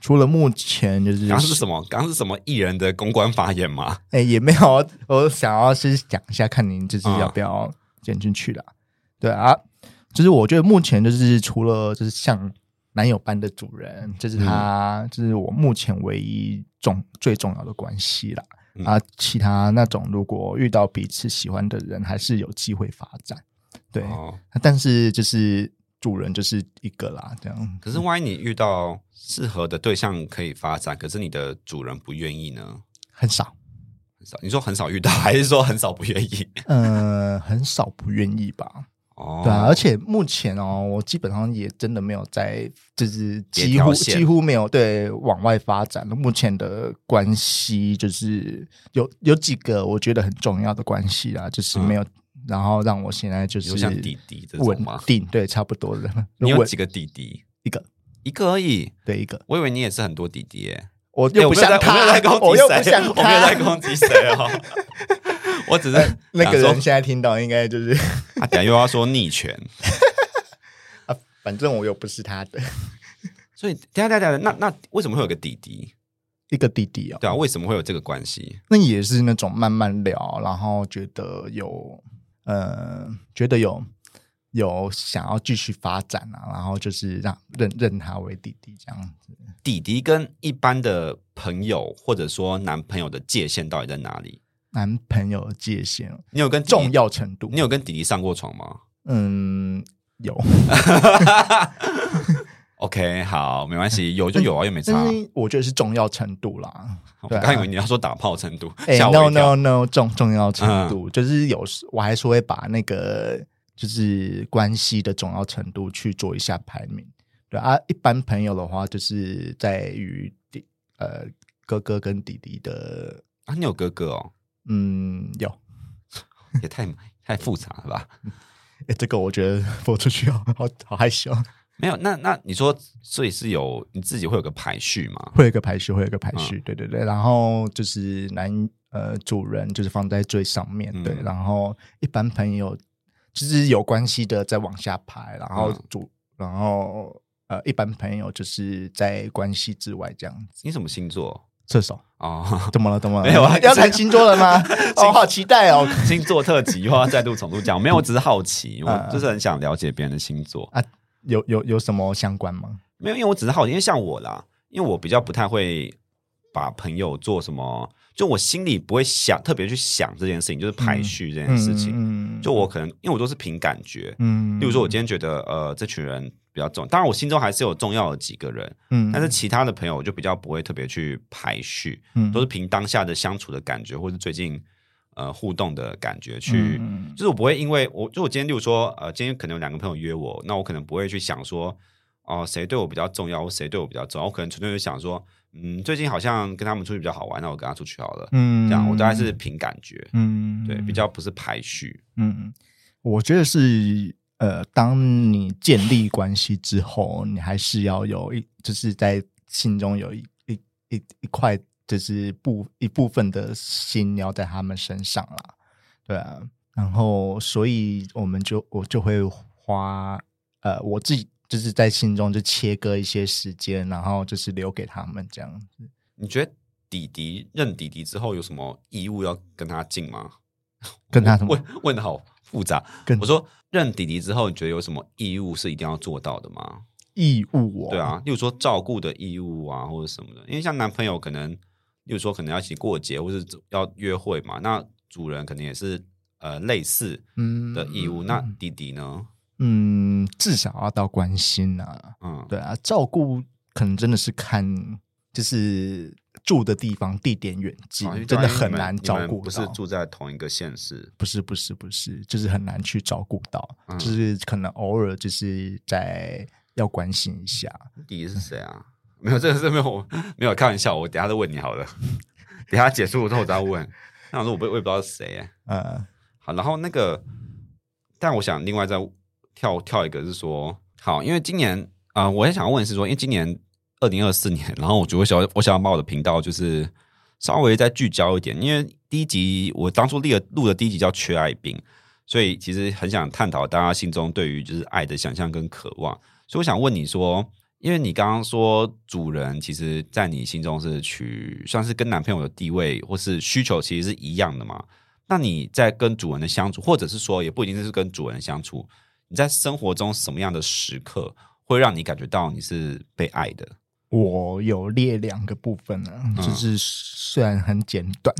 除了目前就是刚刚是什么？刚刚是什么艺人的公关发言吗？哎、也没有，我想要是讲一下，看您嗯就是要不要剪进去啦。对啊，就是我觉得目前就是除了就是像男友般的主人，这、嗯是他，这、是我目前唯一重最重要的关系啦。嗯啊，其他那种如果遇到彼此喜欢的人，还是有机会发展。对，哦，但是就是主人就是一个啦，这样。可是万一你遇到适合的对象可以发展，可是你的主人不愿意呢？很少，很少，你说很少遇到，还是说很少不愿意？呃，很少不愿意吧。 哦，对啊，而且目前哦，我基本上也真的没有在，就是别几条乎线几乎没有对往外发展了。目前的关系就是有有几个我觉得很重要的关系啊，就是没嗯有，然后让我现在就比是如像弟弟这种稳吗？定，对，差不多的。你有稳几个弟弟？一个？一个而已。对，一个，我以为你也是很多弟弟耶、我欸又不像他，我没有在我没有在攻击谁，又我不像没有在他，攻击谁哦。 我只是那想个人说，现在听到应该就是， 他等下又要说逆权，啊，反正我又不是他的所以等一下等一下等一下，那那为什么会有个弟弟？一个弟弟哦。对啊，为什么会有这个关系？那也是那种慢慢聊，然后觉得有呃，觉得有有想要继续发展啊，然后就是让认认他为弟弟这样子。弟弟跟一般的朋友或者说男朋友的界限到底在哪里？男朋友的界限你有跟弟弟重？要程度，你有跟弟弟上过床吗嗯有， ？OK，好，没关 系，有就有啊，又没差但。是我觉得是重要程度啦。我对啊刚才以为你要说打炮程度， 哎、吓 n 我 o 一跳嗯 no。no，重重要程度、就是有时我还是会把那个就是关系的重要程度去做一下排名。对啊，一般朋友的话，就是在于弟呃哥哥跟弟弟的，啊，你有哥哥哦， 嗯，有也太太复杂了吧？哎、这个我觉得 播出去好好好害羞，没有，那那你说，所以是有你自己会有个排序吗？会有一个排序，会有一个排序，嗯对对对。然后就是男呃主人就是放在最上面，嗯对。然后一般朋友就是有关系的再往下排，然后嗯主、然后呃一般朋友就是在关系之外这样子。你什么星座？射手哦， 怎么了？怎么了？没有啊要谈星座 了吗？哦，好期待哦！星座特辑又要再度重复讲，没有，我只是好奇，我 嗯就是很想了解别人的星座。啊，有有有什么相关吗？没有，因为我只是好奇，因为像我啦，因为我比较不太会把朋友做什么，就我心里不会想特别去想这件事情，就是排序这件事情。嗯就我可能因为我都是凭感觉，嗯例如说我今天觉得呃这群人比较重，当然我心中还是有重要的几个人，嗯但是其他的朋友我就比较不会特别去排序，嗯都是凭当下的相处的感觉，或是最近呃互动的感觉去，嗯嗯就是我不会因为我就我今天，例如说呃，今天可能有两个朋友约我，那我可能不会去想说哦、谁对我比较重要，或谁对我比较重要，我可能纯粹就想说，嗯，最近好像跟他们出去比较好玩，那我跟他出去好了，嗯这样我大概是凭感觉，嗯对，比较不是排序，嗯，我觉得是呃，当你建立关系之后，你还是要有一，就是在心中有一一一一块，就是部一部分的心要在他们身上啦，对啊。然后，所以我们就我就会花呃，我自己就是在心中就切割一些时间，然后就是留给他们这样子。你觉得？弟弟认弟弟之后有什么义务要跟他尽吗？跟他什么问问的好复杂跟。我说认弟弟之后，你觉得有什么义务是一定要做到的吗？义务哦？对，啊，例如说照顾的义务啊，或者什么的。因为像男朋友可能，例如说可能要一起过节，或是要约会嘛，那主人可能也是呃类似嗯的义务。那弟弟呢？嗯，至少要到关心啊。嗯，对啊，照顾可能真的是看就是住的地方、地点远近好，真的很因为你们难你照们顾不是到住在同一个县市，不是不是不是，就是很难去照顾到，嗯就是可能偶尔就是在要关心一下。弟弟是谁啊？ 没有，这个是没有 没有开玩笑，我等一下再问你好了。 等一下结束之后我再问。 那我说我不我也不知道是谁、欸。呃，好，然后那个，但我想另外再跳跳一个是说，好，因为今年啊、呃我也想问的是说，因为今年二零二四年，然后我觉得我想要我想要把我的频道就是稍微再聚焦一点，因为第一集我当初立的录的第一集叫《缺爱病》，所以其实很想探讨大家心中对于就是爱的想象跟渴望，所以我想问你说。因为你刚刚说主人，其实在你心中是取算是跟男朋友的地位或是需求其实是一样的嘛？那你在跟主人的相处，或者是说也不一定是跟主人相处，你在生活中什么样的时刻会让你感觉到你是被爱的？我有列两个部分啊，就嗯啊是虽然很简短，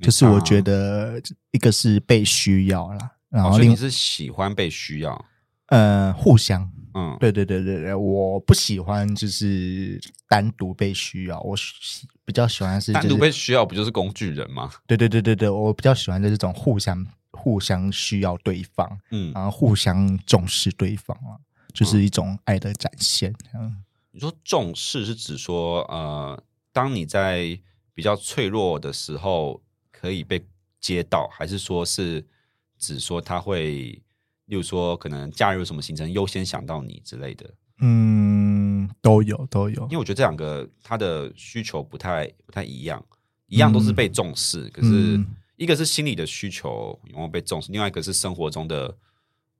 就是我觉得一个是被需要啦，然哦，后所以另、你是喜欢被需要，呃互相。嗯，对对对对对，我不喜欢就是单独被需要，我喜比较喜欢是单就独是被需要不就是工具人吗？对对对对对，我比较喜欢的这种互相互相需要对方，嗯，然后互相重视对方啊，就是一种爱的展现。嗯你说重视是指说，呃，当你在比较脆弱的时候可以被接到，还是说是指说他会，例如说可能假日有什么行程优先想到你之类的？嗯，都有都有因为，我觉得这两个他的需求不太不太一样，一样都是被重视，可是嗯一个是心理的需求有没有被重视，另外一个是生活中的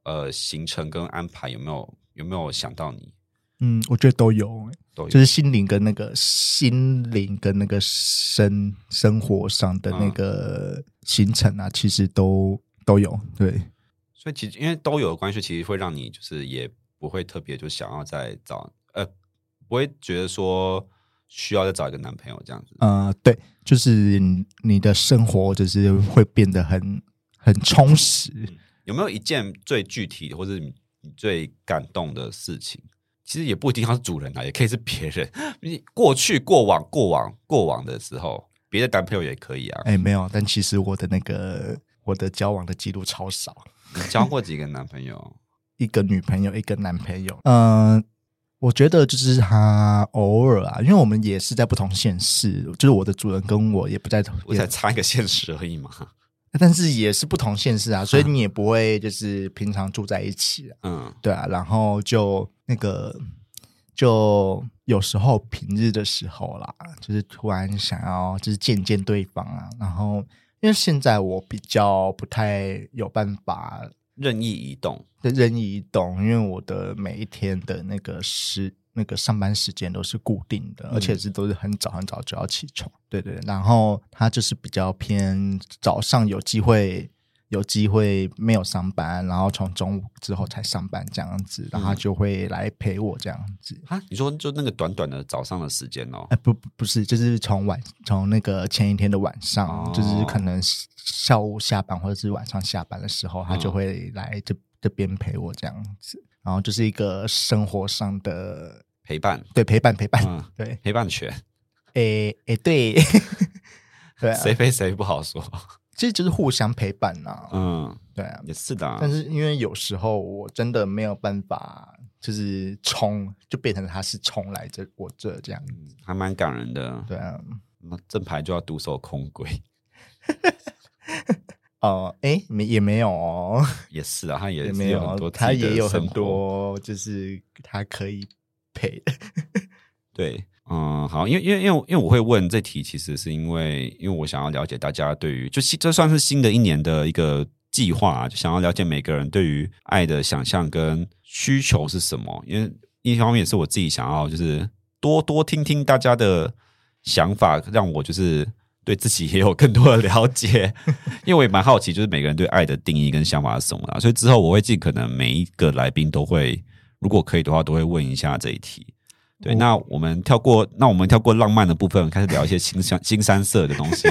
呃行程跟安排有没有有没有想到你，嗯，我觉得都有、欸都有就是心灵跟那个心灵跟那个生生活上的嗯那个行程啊，其实都都有。对，所以其实因为都有的关系，其实会让你就是也不会特别就想要再找呃，不会觉得说需要再找一个男朋友这样子。呃，对，就是你你的生活就是会变得很很充实。有没有一件最具体或者你你最感动的事情？其实也不一定要是主人啊，也可以是别人。 你过去、过往、过往、过往的时候，别的男朋友也可以啊。哎，没有，但其实我的那个我的交往的记录超少，你交过几个男朋友？一个女朋友，一个男朋友。嗯、我觉得就是他偶尔啊，因为我们也是在不同县市，就是我的主人跟我也不在同，我才差一个现实而已嘛。但是也是不同县市啊，所以你也不会就是平常住在一起、啊，嗯，对啊。然后就那个，就有时候平日的时候啦，就是突然想要就是见见对方啊。然后因为现在我比较不太有办法任意移动，任意移动，因为我的每一天的那个时那个上班时间都是固定的，而且是都是很早很早就要起床。对对，对然后他就是比较偏早上有机会有机会没有上班，然后从中午之后才上班这样子，然后他就会来陪我这样子。啊，你说就那个短短的早上的时间哦哎、，不不不是，就是从晚从那个前一天的晚上，哦就是可能下午下班或者是晚上下班的时候，他就嗯会来这这边陪我这样子，然后就是一个生活上的陪伴，对陪伴陪伴，嗯， 对，陪伴权，诶、诶、对， 对、啊，谁陪谁不好说。其实就是互相陪伴呐、嗯，对啊，也是的啊、但是因为有时候我真的没有办法，就是冲就变成他是冲来这我这这样，嗯还蛮感人的。对啊，那正牌就要独守空闺，哦、诶、没也没有哦。也是啊，他也也是没有很有多，自己他的也有很生活多，就是他可以陪 的。对，嗯，好，因为因为因为因为我会问这题，其实是因为因为我想要了解大家对于就新这算是新的一年的一个计划啊、就想要了解每个人对于爱的想象跟需求是什么。因为一方面也是我自己想要就是多多听听大家的想法，让我就是。对自己也有更多的了解， 因为我也蛮好奇，就是每个人对爱的定义跟想法是什么啦。所以之后我会尽可能每一个来宾都会，如果可以的话，都会问一下这一题。对，哦那我们跳过，那我们跳过浪漫的部分，开始聊一些新三新三色的东西。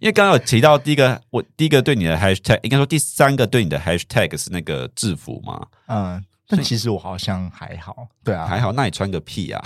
因为刚刚有提到第一个，我第一个对你的 hashtag，应该说第三个对你的 hashtag 是那个制服嘛？嗯，但其实我好像还好，对啊，啊还好，那你穿个屁啊！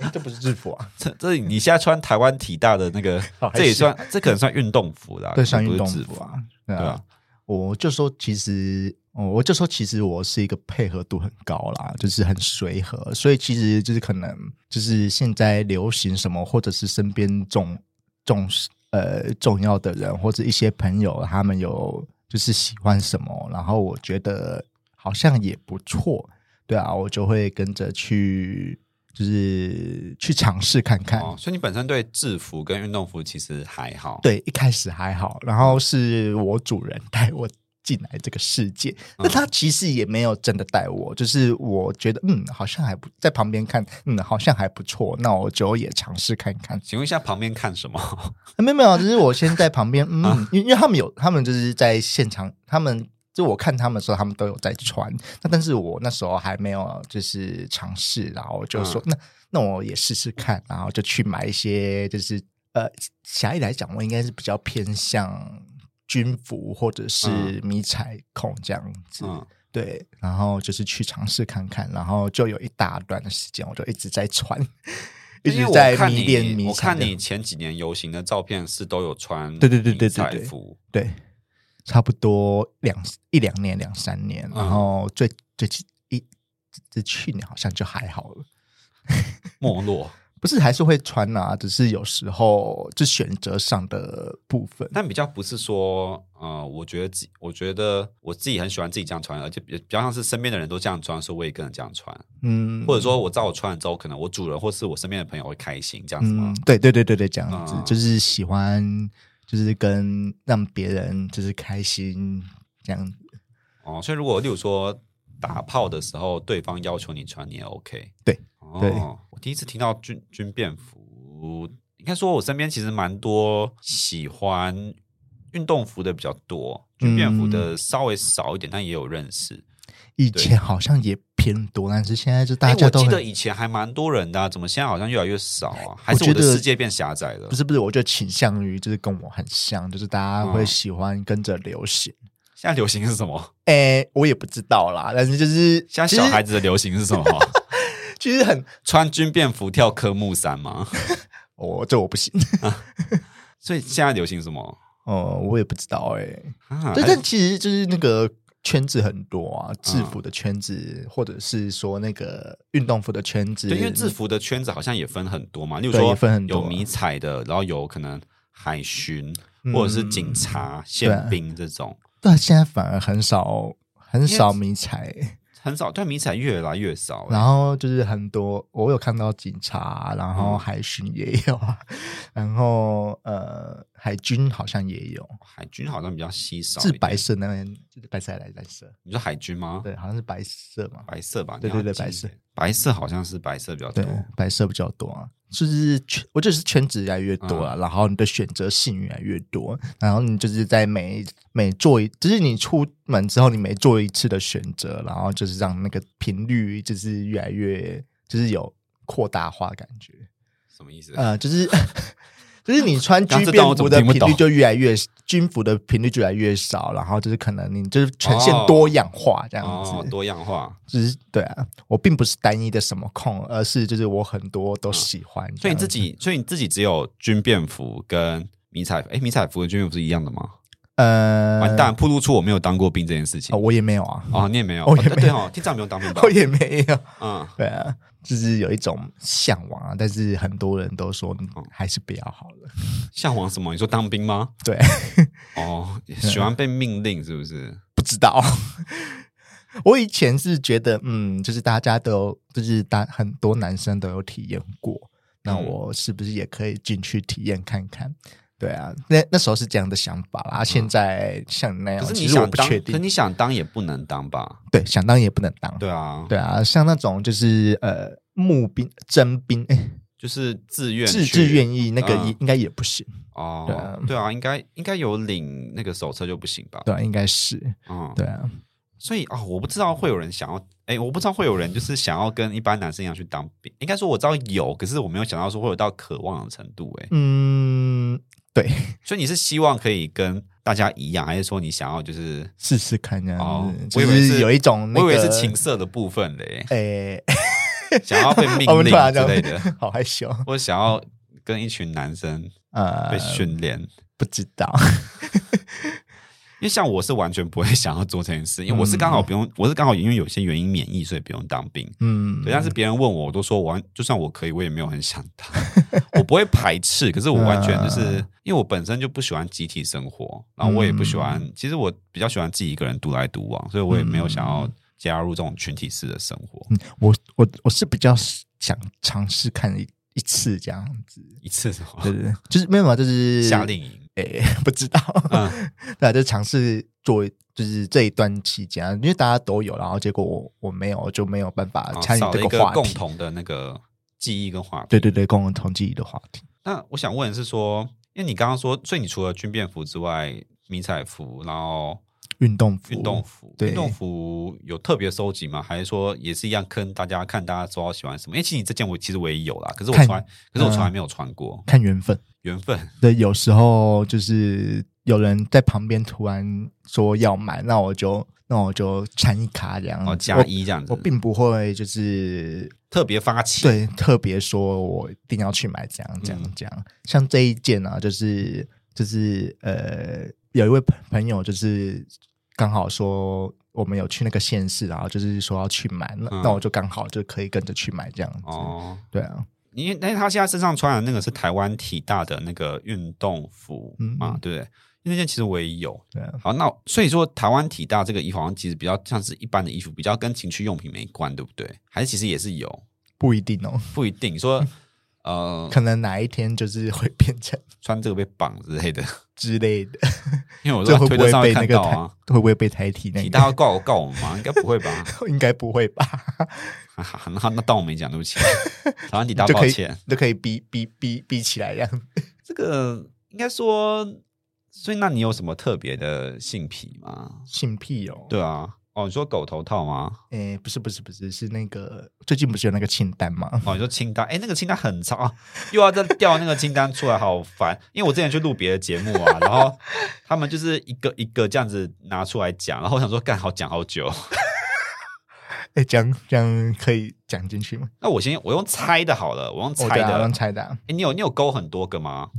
诶这不是制服啊，这这你现在穿台湾体大的那个好，还这也行算这可能算运动服啦，对，算可能运不动是制服啊，对对啊啊。我就说，其实，哦我就说，其实我是一个配合度很高啦，就是很随和，所以其实就是可能就是现在流行什么，或者是身边重重呃重要的人或者一些朋友，他们有就是喜欢什么，然后我觉得好像也不错，对啊，我就会跟着去就是去尝试看看，哦，所以你本身对制服跟运动服其实还好。，对，一开始还好，然后是我主人带我进来这个世界，那他其实也没有真的带我，就是我觉得嗯，好像还不在旁边看，嗯，好像还不错，那我就也尝试看看。请问一下旁边看什么？啊没有没有，就是 我先在旁边，啊嗯，因为因为他们有，他们就是在现场，他们。就我看他们的时候，他们都有在穿，那但是我那时候还没有就是尝试，然后我就嗯说、那那我也试试看，然后就去买一些就是呃，狭义来讲，我应该是比较偏向军服或者是迷彩控这样子，嗯，对，然后就是去尝试看看，然后就有一大段的时间，我就一直在穿，一因为直我在看迷你恋迷我彩看的。你前几年游行的照片是都有穿对对对对对迷彩对服，对，差不多两一两年、两三年，嗯然后最最近一这去年好像就还好了，没落。不是还是会穿啊，只是有时候就选择上的部分。但比较不是说，呃，我觉得自，我觉得我自己很喜欢自己这样穿，而且比比较像是身边的人都这样穿，所以我也跟着这样穿，嗯，或者说我知道我穿了之后，可能我嗯主人或是我身边的朋友会开心，这样子吗啊嗯？，对对对对对，这样子、嗯就是喜欢就是跟让别人就是开心这样子。哦，所以如果例如说打炮的时候，对方要求你穿，你也 OK。对，哦，对我第一次听到军军便服，应该说我身边其实蛮多喜欢运动服的比较多，军便服的稍微少一点，但也有认识。以前好像也偏多，但是现在就大哎家我都记很得以前还蛮多人的啊、怎么现在好像越来越少啊？还我是我的觉得世界变狭窄了不？是不是，我就倾向于就是跟我很像，就是大家会嗯喜欢跟着流行。现在流行是什 么？诶、我也不知道啦，但是就是现在小孩子的流行是 什么？其实其实很，穿军便服跳科目三吗？ 我、哦这我不行， 所以现在流行什么？哦、我也不知道哎、啊对，还嗯但其实就是那个圈子很多啊，制服的圈子，或者是说那个运动服的圈子，对，因为制服的圈子好像也分很多嘛，例如对说也分很多有迷彩的，然后有可能海巡、嗯或者是警察、宪兵这种，对，啊现在反而很少很少迷彩、很少。但迷彩越来越少、欸然后就是很多我有看到警察，然后嗯海巡也有啊，然后呃海军好像也有，海军好像比较稀少。是白，色那边，就是白色还是蓝色？你说海军吗？对，好像是白色嘛，白色吧？对对对你要记白色，白色好像是白色比较多对。，白色比较多啊。就是圈，我就是圈子越来越多了、啊嗯然后你的选择性越来越多，然后你就是在每每做一，就是你出门之后，你每做一次的选择，然后就是让那个频率就是越来越，就是有扩大化的感觉。什么意思？呃，就是 就是你穿刚军这段我便怎么服的听不频率懂就越来越军服的频率就越来越少，然后就是可能你就是呈现哦多样化这样子，哦，多样 化。只是对啊，我并不是单一的什么控，而是就是我很多都喜欢这所以样你子、自己，所以你自己只有军便服跟迷彩服。哎，迷彩服跟军便服是一样的吗？啊呃，完蛋，暴露出我没有当过兵这件事情哦，。我也没有啊， 哦，你也没有，我哦也对没对有哦，听长不用当兵吧 我？也没有，嗯，对啊，就是有一种向往啊，但是很多人都说嗯还是不要好了，向往什么？你说当兵吗？对， 哦，喜欢被命令是不是？不知道。我以前是觉得，嗯，就是大家都有，就是大很多男生都有体验过，那嗯我是不是也可以进去体验看看？对啊，那那时候是这样的想法啦。啊现在像你那样，嗯可是其你实我想不当，确可定。你想当也不能当吧？对，想当也不能当。对啊，对啊，像那种就是呃募兵、征兵、哎就是自愿自去自愿意那个嗯也、应该也不行，对哦啊，对啊，应该应该有领那个手册就不行吧？对、啊，应该是嗯，对啊，所以啊、我不知道会有人想要，哎，我不知道会有人就是想要跟一般男生一样去当兵。应该说我知道有，可是我没有想到说会有到渴望的程度，哎，嗯，对，所以你是希望可以跟大家一样，还是说你想要就是？试试看这样哦子，，我就以为有一种、那个，我以为是情色的部分 嘞，诶，哦想要 被命我们突然令之这类样的，，啊 好害羞。我想要跟一群男生呃被，训练，不知道，因为像我是完全不会想要做这件事，因为嗯我是刚好不用，我是刚好因为有些原因免疫，所以不用当兵。嗯，对，但啊是别人问我，我都说我完，就算我可以，我也没有很想当， 我不会排斥，可是我完全就是、啊因为我本身就不喜欢集体生活，然后我也不喜嗯欢，其实我比较喜欢自己一个人独来独往，所以我也没有想要加入这种群体式的生活。嗯我我我是比较想尝试看一一次这样子，一次什么对对对，就是没有嘛，就是夏令营，诶，不知道，嗯 对啊，就尝试做，就是这一段期间啊，因为大家都有，然后结果我我没有，就没有办法啊参与少了这一话共题。同的那个记忆跟话题。对对对，共同记忆的话题。那我想问的是说，因为你刚刚说，所以你除了军便服之外，迷彩服，然后运动服，运动服，对运动服有特别收集吗？还是说也是一样坑大家看大家说喜欢什么？因为其实你这件我其实我也有啦，可是我看嗯从来，可是我从来没有穿过，看缘分。缘分。对，有时候就是有人在旁边突然说要买，那我就那我就掺一卡这样然后子。哦加一这样子，嗯我，我并不会就是特别发起，对，特别说我一定要去买这样这嗯样这样。像这一件啊，就是就是呃，有一位朋朋友就是刚好说我们有去那个县市，然后就是说要去买，那、嗯那我就刚好就可以跟着去买这样子。哦，对啊，因为那他现在身上穿的那个是台湾体大的那个运动服嗯嘛，嗯对不对？那件其实我也有，对啊，好，那所以说台湾体大这个衣服好像其实比较像是一般的衣服，比较跟情趣用品没关，对不对？还是其实也是有，不一定哦。不一定说呃，可能哪一天就是会变成穿这个被绑之类的，之类的，因为我这在会推不特会上被面那看个到台啊，会不会被台体那体个？大会告我告我们吗？应该不会吧？ 应该不会吧？哈哈，那那当我没讲，对不 起，台湾体大就抱可以歉。就可以逼逼逼逼起来这样。 这个应该说，所以那你有什么特别的性癖吗？性癖哦，对啊，哦，你说狗头套吗？诶，不是不是不是，是那个最近不是有那个清单吗？ 哦，你说清单，哎，那个清单很长，啊又要再调那个清单出来，好烦。因为我之前去录别的节目 啊，然后他们就是一个一个这样子拿出来讲，然后我想说，干好讲好久。哎，这样这样可以讲进去吗？那我先我用猜的好了，我用我猜的。刚猜的哦啊。哎，你有你有勾很多个吗？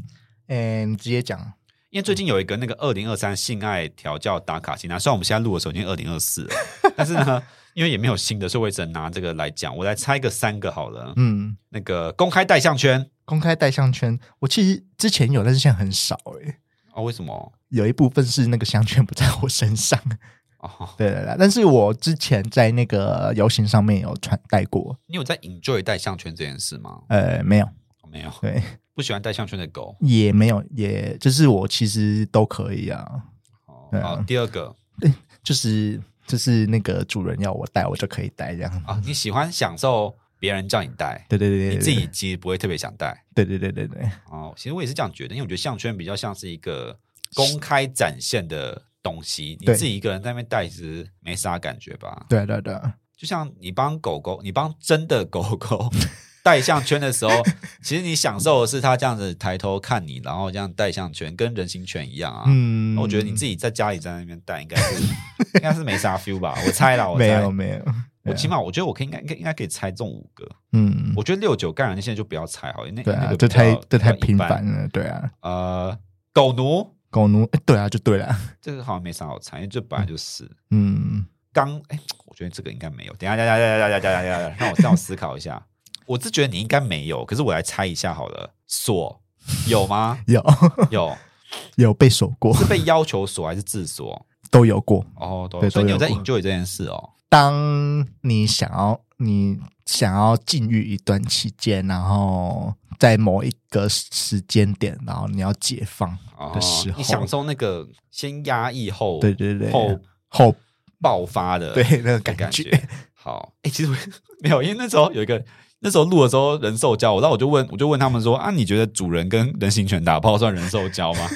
诶，你直接讲。啊因为嗯最近有一个那个二零二三性爱调教打卡清单，虽然我们现在录的时候已经二零二四了，但是呢，因为也没有新的，所以我只能拿这个来讲。我来猜个三个好了，嗯，那个公开带项圈公开戴项圈，我其实之前有，但是现在很少诶，哦，为什么？有一部分是那个项圈不在我身上， 哦， 对对对，但是我之前在那个游行上面有穿戴过，你有在 enjoy 带项圈这件事吗？呃，没有，哦没有，对，不喜欢带项圈的狗。也没有，也就是我其实都可以啊，哦对，啊好第二个就是就是那个主人要我戴，我就可以戴这样。啊，你喜欢享受别人叫你带，对对对你对，自己其实不会特别想带。对对对对对，哦，其实我也是这样觉得，因为我觉得项圈比较像是一个公开展现的东西，你对自己一个人在那边戴，其实没啥感觉吧？对啊对对，就像你帮狗狗，你帮真的狗 狗戴项圈的时候，其实你享受的是它这样子抬头看你，然后这样戴项圈，跟人形犬一样啊。嗯，我觉得你自己在家里在那边戴，应该 是应该是没啥 feel 吧？我猜啦，我猜没有没有，我起码我觉得我可以应该应该应该可以猜中五个。嗯，我觉得六九干人那些就不要猜好了，那对那啊，个这比较太这太比较一频般繁了，对啊，呃，狗奴狗奴，哎对啊，就对了，这个好像没啥好猜，因为这本来就是嗯，？刚哎，我觉得这个应该没有。等一下，等一下，等一下，等一下，等一下，等一下，让我让我思考一下。我是觉得你应该没有，可是我来猜一下好了。锁有吗有 有，有被锁过， 是被要求锁还是自锁？都有过。哦，都有对所以你都有有在过 enjoy 这件事哦。当你想要你想要禁欲一段期间，然后在某一个时间点，然后你要解放哦的时，候，你享受那个先压抑后，对对对后后爆发的对那个的感感觉，好， 哎、其实我 没有，因为那时候有一个，那时候录的时候人兽交，我然后我就问，我就问他们 说啊，你觉得主人跟人形犬打炮算人兽交吗？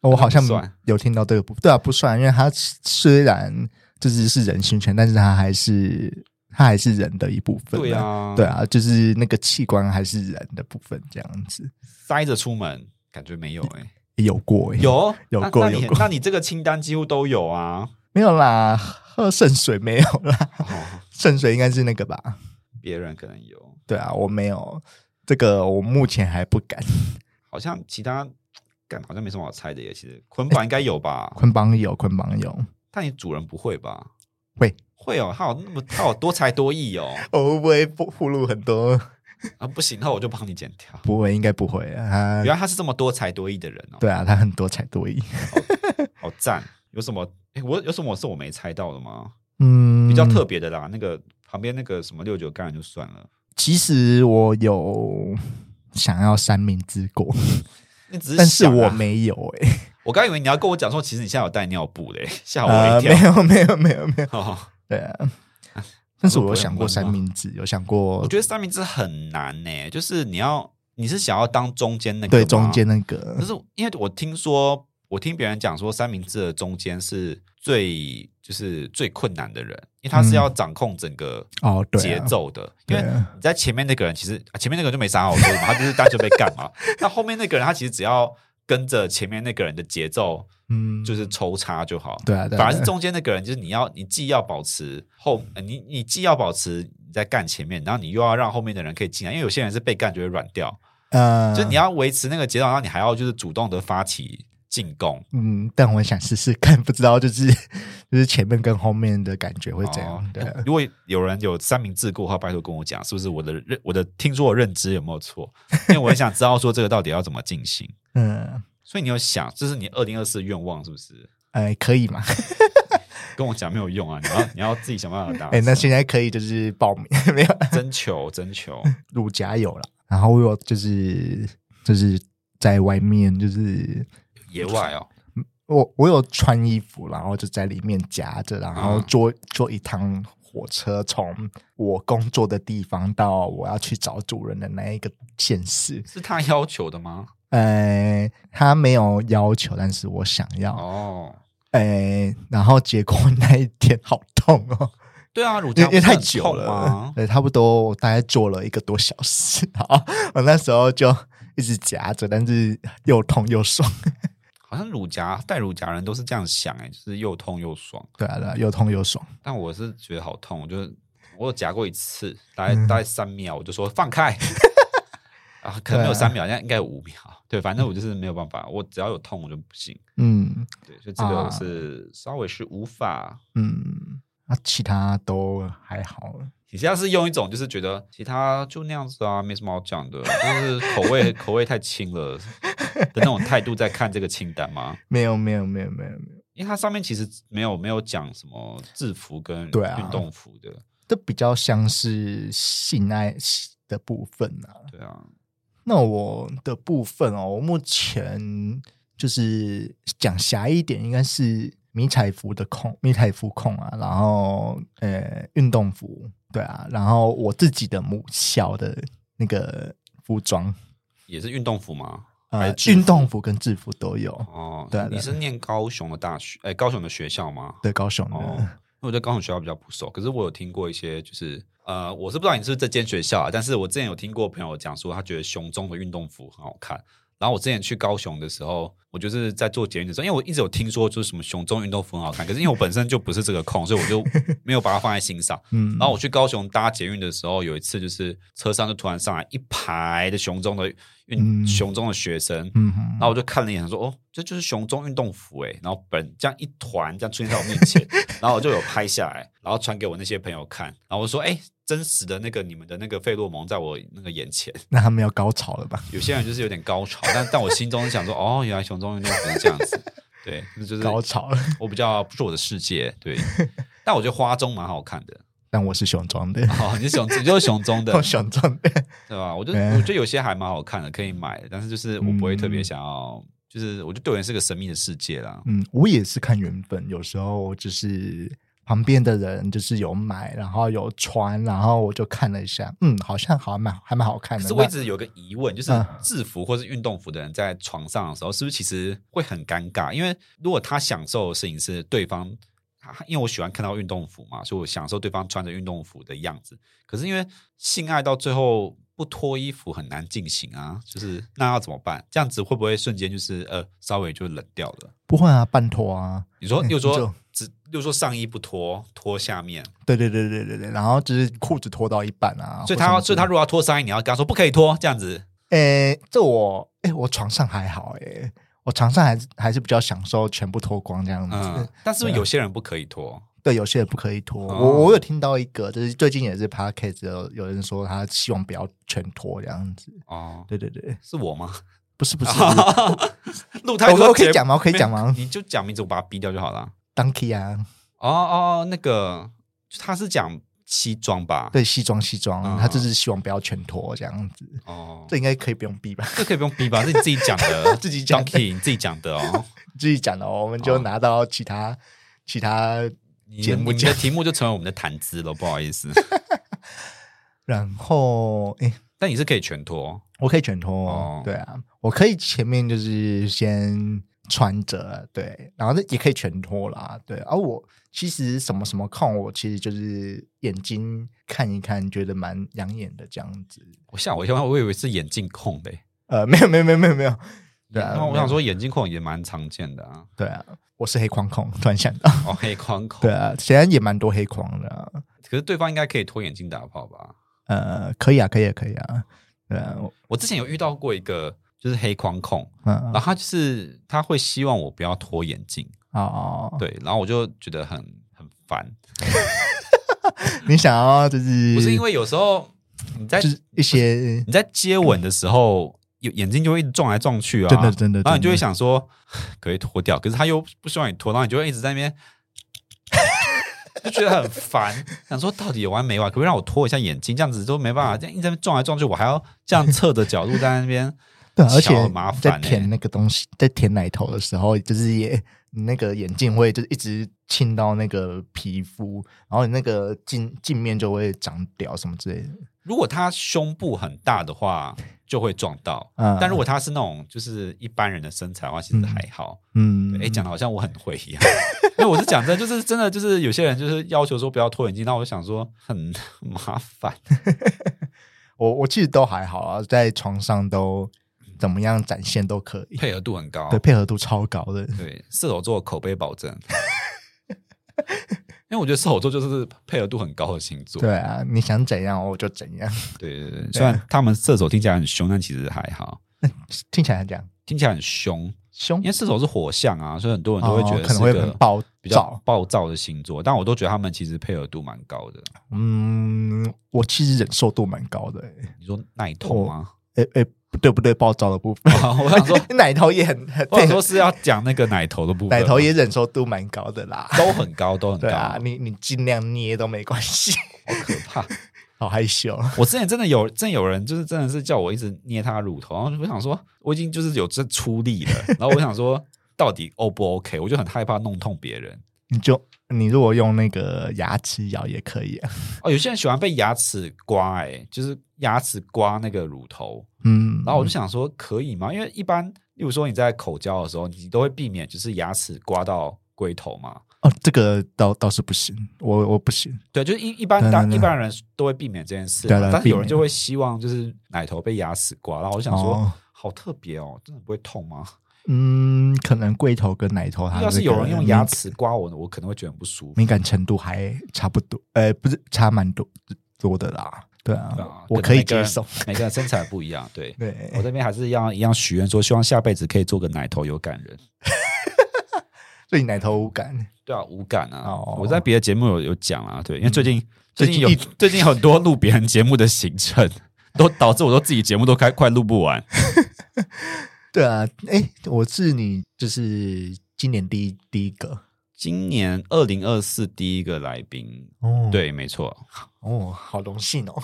哦我好像不算有听到这个不对啊，不算，因为它虽然就是是人性权，但是它还是它还是人的一部分。对，啊， 对，啊，就是那个器官还是人的部分，这样子塞着出门感觉没有 哎、诶有过欸有有那过那你有过那你这个清单几乎都有 啊。没有啦？喝圣水没有啦， 哦，圣水应该是那个吧？别人可能有，对啊，我没有这个，我目前还不敢。好像其他干好像没什么好猜的耶。其实捆绑应该有 吧，捆绑有，捆绑有，但你主人不会吧？会会哦，他有那么他有多才多艺哦。我会不会不暴露很多？啊，不行，那我就帮你 剪掉。不会，应该不会啊。原他来他是这么多才多艺的人哦，对啊，他很多才多艺。好赞！有什么？哎，我有什么是我没猜到的吗？嗯，比较特别的啦，那个旁边那个什么六九干就算了，其实我有想要三明治过，那只是、啊但是我，没有哎、欸我刚以为你要跟我讲说，其实你现在有带尿布嘞， 吓我呃，一没跳。有没有没有没有， 哦对啊。但是我有想不会很过闷三吗明治，有想过我觉得三明治很难呢、就是你要你是想要当中间那个对吗中间，那个可，是因为我听说，我听别人讲说，三明治的中间是最就是最困难的人，因为他是嗯要掌控整个哦对啊节奏的，因对为啊你在前面那个人，其实啊前面那个人就没啥好说的嘛，他就是单纯被干嘛。 那后面那个人，他其实只要跟着前面那个人的节奏，嗯，就是抽插就好。对啊，对啊反而是对啊中间那个人，就是你要你既要保持后，呃你你既要保持你在干前面，然后你又要让后面的人可以进来，因为有些人是被干就会软掉，呃，就是你要维持那个节奏，然后你还要就是主动的发起进攻。嗯，但我想试试看， 不知道就是就是前面跟后面的感觉会怎样。哦对 啊，如果有人有三明治过的话，拜托跟我讲，是不是我的认我的听说我认知有没有错？因为我很想知道说这个到底要怎么进行。嗯，所以你有想，这是你二零二四愿望是不是？呃，可以吗？跟我讲没有用啊，你要你要自己 想办法达哎、成。那现在可以就是报名 没有 征求征求，乳甲有了，然后我有就是就是在外面就是野外哦，我我有穿衣服，然后就在里面夹着，然后坐坐一趟火车，从我工作的地方到我要去找主人的那一个县市。是他要求的吗？呃，他没有要求，但是我想要。哦，呃，然后结果那一天好痛哦，对啊，乳因胶为因不是为太很久痛了 吗，？ 对，差不多我大概坐了一个多小时。 然后我那时候就一直夹着，但是又痛又爽。 好像乳夹戴乳夹人都是这样想、欸，哎，就是又痛又爽。对啊，对啊，又痛又爽。但我是觉得好痛，我就是我有夹过一次，大嗯概大概三秒，我就说放 开。啊，可能没有对啊三秒，但应该有五秒。对，反正我就是没有办法，我只要有痛我就不行。嗯对，所以这个啊是稍微是无法。嗯，啊，其他都还好。你现在是用一种就是觉得其他就那样子啊，没什么好讲的，就是口味口味太轻了的那种态度在看这个清单吗？没有，没有，没有，没有，没有，因为它上面其实没有没有讲什么制服跟对啊运动服的，这比较像是性爱的部分啊。对啊，那我的部分哦，我目前就是讲狭义一点，应该是迷彩服的控，迷彩服控啊，然后呃，运动服，对啊，然后我自己的母校的那个服装，也是运动服吗？呃还，是运动服跟制服都有。哦，对啊你对啊是念高雄的大学，哎、高雄的学校吗？对，高啊雄的，哦，因为我对高雄学校比较不熟，可是我有听过一些，就是呃，我是不知道你是不是这间学校啊，但是我之前有听过朋友讲说，他觉得雄中的运动服很好看。然后我之前去高雄的时候，我就是在做捷运的时候，因为我一直有听说就是什么雄中运动服很好看，可是因为我本身就不是这个控，所以我就没有把它放在心上。 嗯，然后我去高雄搭捷运的时候，有一次就是车上就突然上来一排的雄中的运嗯雄中的学生，嗯哼，然后我就看了一眼，说：“哦，这就是熊中运动服哎。”然后本这样一团这样出现在我面 前，然后我就有拍下来，然后传给我那些朋友看，然后我说：“哎，真实的那个你们的那个费洛蒙在我那个眼前。那他们要高潮了吧？”有些人就是有点高潮，但但我心中想说：“哦，原来熊中运动服是这样子。”对，那就是高潮了，我比较不是我的世界。对，但我觉得花中蛮好看的。但我是雄壮的，哦，你是熊，你就是熊中的 我，雄壮的，对吧？我觉哎得我觉得有些还蛮好看的，可以买，但是就是我不会特别嗯想要，就是我觉得对我而言是个神秘的世界啦。嗯，我也是看缘分，有时候就是旁边的人就是有买，然后有穿，然后我就看了一下，嗯，好像好蛮还蛮好看可的。是我一那直有个疑问，就是嗯制服或是运动服的人在床上的时候，是不是其实会很尴尬？因为如果他享受的事情是对方，他因为我喜欢看到运动服嘛，所以我享受对方穿着运动服的样子。可是因为性爱到最后不脱衣服很难进行啊，就是那要怎么办？这样子会不会瞬间就是呃稍微就冷掉了？不会啊，半脱啊，你说，又说就只又说上衣不脱，脱下面，对对对对对对，然后就是裤子脱到一半啊，所以他或要什么所以他之类如果要脱上衣，你要跟他说不可以脱，这样子。诶、这我诶、我床上还好诶、我床上还是还是比较享受全部脱光这样子。嗯，但是不是啊有些人不可以脱？对，有些人不可以脱。哦我我有听到一个，就是最近也是 podcast 有有人说他希望不要全脱这样子。哦，对对对，是我吗？不是不是， 录太多我我可以节目讲吗我可以讲吗没有你就讲名字，我把它逼掉就好了。 Donkey 啊，哦哦，那个他是讲西装吧？，对西装西装，嗯他就是希望不要全脱这样子。哦，这应该可以不用逼吧？ 这可以不用逼吧？是你自己讲的，自己讲的 Donkey，你自己讲的哦。自己讲的哦，我们就哦拿到其他其他，你节的目你的题目就成为我们的谈资了，不好意 思。然后诶，但你是可以全脱，我可以全脱哦哦，对啊，我可以前面就是先穿着，对，然后那也可以全脱啦，对。而、我其实什么什么控，我其实就是眼睛看一看，觉得蛮养眼的这样子。我吓我一跳，我以为是眼镜控的欸。呃， 没有没有没有没有没有，对啊然，后我没有想，说，眼镜控也蛮常见的啊。对啊，我是黑框控，突然想到，哦，黑框控。对啊，显然也蛮多黑框的啊、可是对方应该可以脱眼镜打炮吧？呃，可以啊，可以啊，可以啊，对啊，我我之前有遇到过一个就是黑框控，嗯然后他就是他会希望我不要脱眼镜。哦，对，然后我就觉得很很烦，你想要就是不是因为哎有时候你在就是一些你在接吻的时候，有眼睛就会一直撞来撞去啊，真的真的然后你就会真的，想说可以脱掉，可是他又不希望你脱，然后你就会一直在那边 就觉得很烦，想说到底有完没完？可不可以让我脱一下眼镜？这样子都没办法，这样一直在那边撞来撞去，我还要这样侧着角度在那边对，啊而且小麻在烦、舔欸。那个东西，在舔奶头的时候，就是也你那个眼镜会就是一直沁到那个皮肤，然后你那个镜镜面就会长掉什么之类的。如果他胸部很大的话，就会撞到。嗯但如果他是那种就是一般人的身材的话，其实还好。嗯，哎、讲的好像我很会一样， 因为我是讲真的，就是真的，就是有些人就是要求说不要脱眼镜，那我就想说很麻烦。我我其实都还好啊，在床上都怎么样展现都可以，配合度很高，对，配合度超高的。对，射手座口碑保证。 因为我觉得射手座就是配合度很高的星座，对啊，你想怎样我就怎样，对对对对虽然他们射手听起来很凶，但其实还好，听起来这样听起来很凶。凶因为射手是火象啊，所以很多人都会觉哦得可能是会个很暴比较躁。暴躁的星座，但我都觉得他们其实配合度蛮高的。嗯，我其实忍受度蛮高的、欸。你说耐痛吗？ 诶、诶、不对不对，暴躁的部分，我想 说，奶头也很很我想说是要讲那个奶头的部分吗，奶头也忍受度蛮高的啦。 都很高，都很高，对啊，你你尽量捏都没关 系。好可怕。好害羞，我之前真的有，真的有人就是真的是叫我一直捏他的乳头，然后我想说我已经就是有这出力了，然后我想说到底 O 不 OK，我就很害怕弄痛别人。你就你如果用那个牙齿咬也可以、啊。哦，有些人喜欢被牙齿刮、欸，哎，就是牙齿刮那个乳头，嗯，然后我就想说可以吗？因为一般，例如说你在口交的时候，你都会避免就是牙齿刮到龟头嘛。哦，这个倒倒是不行，我我不行。对，就是一一般对当对对一般人都会避免这件事对嘛，对但是有人避免就会希望就是奶头被牙齿刮，然后我就想说，哦好特别哦，真的不会痛吗？嗯，可能龟头跟奶头它、要是有人用牙齿刮我，我可能会觉得很不舒服。敏感程度还差不多，呃，不是差蛮多多的啦。对啊，对啊我能可以每个接人受。每个人身材不一样， 对。对，我这边还是要一样许愿说，希望下辈子可以做个奶头有感人。对奶头无感。对啊，无感啊！哦嗯我在别的节目有有讲啊，对，因为最近、最近有最最近有很多录别人节目的行程，都导致我都自己节目都快快录不完。对啊，哎，我是你就是今年第一第一个今年二零二四第一个来宾，哦，对，没错，哦，好荣幸哦。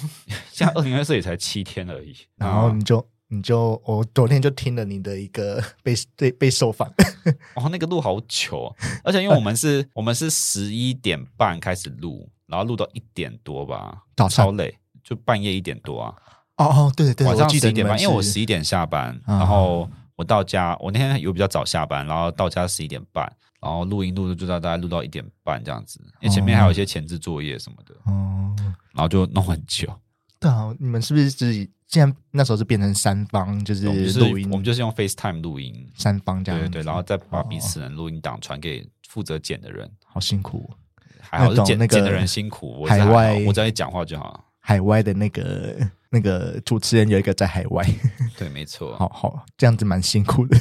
现在二零二四也才七天而已。 然后啊你就你就我昨天就听了你的一个 被被被受访，哦，那个录好久哦，而且因为我们是我们是十一点半开始录，然后录到一点多吧，早上超累，就半夜一点多啊，哦哦，对对对，晚我上记十得一你点们半，因为我是十一点下班，啊然后我到家，我那天有比较早下班，然后到家十一点半，然后录音录就到大概录到一点半这样子，因为前面还有一些前置作业什么的，哦，然后就弄很久。对啊，你们是不是自己现在那时候是变成三方，就我们就是是录音，我们就是用 FaceTime 录音，三方这对样对子，对，然后再把哦彼此的录音档传给负责剪的人。好辛苦，还好那是种剪那个剪的人辛苦，我是海还好外我只要一讲话就好了。海外的那个那个主持人有一个在海外，对，没错。好好这样子蛮辛苦的。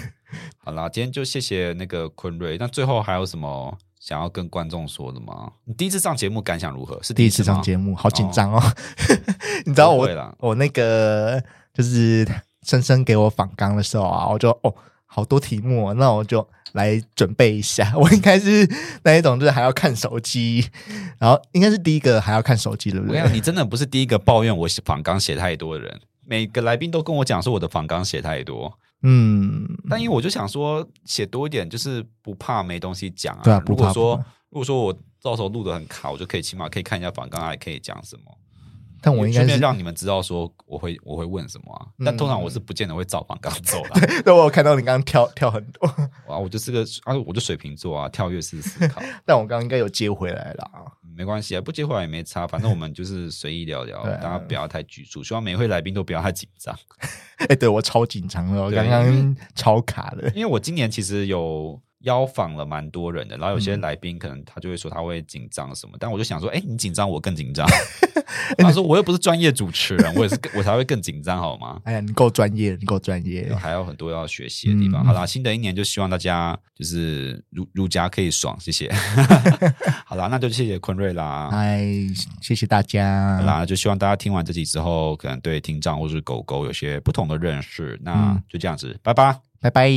好啦，今天就谢谢那个坤瑞。那最后还有什么想要跟观众说的吗？你第一次上节目感想如何？是第一一次次上吗节目，好紧张哦， 你知道不我会啦，我那个就是深深给我访纲的时候啊，我就哦，好多题目、哦，那我就来准备一下。 我应该是那一种，就是还要看手机，然后应该是第一个还要看手机，对不我对跟你？讲，你真的不是第一个抱怨我访纲写太多的人。每个来宾都跟我讲说我的访纲写太多，嗯，但因为我就想说写多一点，就是不怕没东西讲啊。对啊不如果怕不说怕如果说我到时候录的很卡，我就可以起码可以看一下访纲还可以讲什么。但我应该顺便是，嗯让你们知道说我会我会问什么啊，但通常我是不见得会照方纲走 啦。对我有看到你刚刚跳跳很多， 啊，我就是个啊，我就水瓶座啊，跳跃式思 考，但我刚刚应该有接回来了啊。没关系啊，不接回来也没差，反正我们就是随意聊聊，对啊大家不要太拘束，希望每一位来宾都不要太紧张。哎、对我超紧张的，我对刚刚超卡的。因为我今年其实有邀访了蛮多人的，然后有嗯些来宾可能他就会说他会紧张什么，但我就想说，哎、你紧张，我更紧 张。他说我又不是专业主持人，我也是更我才会更紧张好吗？哎呀，你够专业，你够专业有。还有很多要学习的地方。嗯好啦，新的一年就希望大家就是入入家可以爽，谢 谢。好啦，那就谢谢坤瑞啦。嗨，哎谢谢大家。好啦，就希望大家听完这集之后，可能对听障或是狗狗有些不同的认识。那嗯就这样子，拜拜。拜拜。